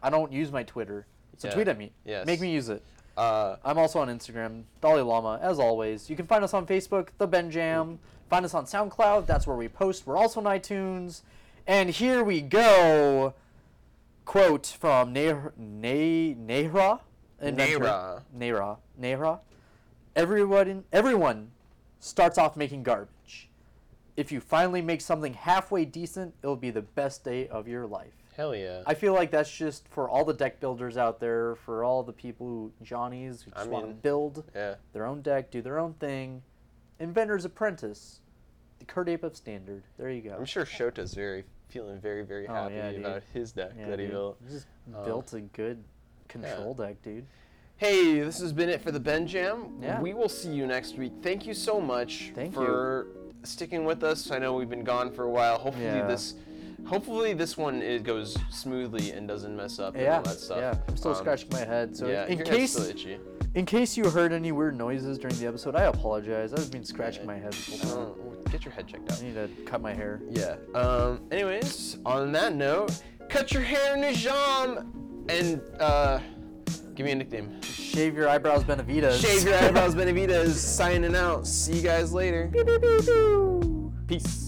S2: I don't use my Twitter, so
S1: Yeah.
S2: tweet at me.
S1: Yes.
S2: Make me use it.
S1: Uh.
S2: I'm also on Instagram, Dalai Lama, as always. You can find us on Facebook, The Ben Jam. Find us on SoundCloud. That's where we post. We're also on iTunes. And here we go. Quote from Ne- ne- Nehra. inventor.
S1: Nehra.
S2: Nehra. Nehra. Everyone, everyone starts off making garbage. If you finally make something halfway decent, it'll be the best day of your life.
S1: Hell yeah.
S2: I feel like that's just for all the deck builders out there, for all the people who Johnnies who
S1: I
S2: just want to
S1: mean-
S2: build
S1: yeah.
S2: their own deck, do their own thing. Inventor's Apprentice, the Kurt Ape standard. There you go.
S1: I'm sure Shota's very feeling very very
S2: Oh,
S1: happy
S2: yeah, dude.
S1: about his deck
S2: Yeah,
S1: that he
S2: dude.
S1: built.
S2: You Just
S1: Uh,
S2: built a good control deck, dude.
S1: Hey, this has been it for the Ben Jam.
S2: Yeah.
S1: We will see you next week. Thank you so much
S2: Thank
S1: for sticking with us. I know we've been gone for a while. Hopefully
S2: Yeah.
S1: this hopefully this one it goes smoothly and doesn't mess up
S2: Yeah,
S1: and all that stuff.
S2: yeah. I'm still
S1: Um,
S2: scratching my head. So
S1: yeah,
S2: in
S1: your head's
S2: case
S1: still itchy.
S2: in case you heard any weird noises during the episode, I apologize. I've been scratching my head. this whole time.
S1: Um, get your head checked out.
S2: I need to cut my hair.
S1: Yeah. Um anyways, on that note, cut your hair, Najam! And uh give me a nickname.
S2: Shave your eyebrows, Benavides.
S1: Shave your eyebrows, Benavides. Signing out. See you guys later. Peace.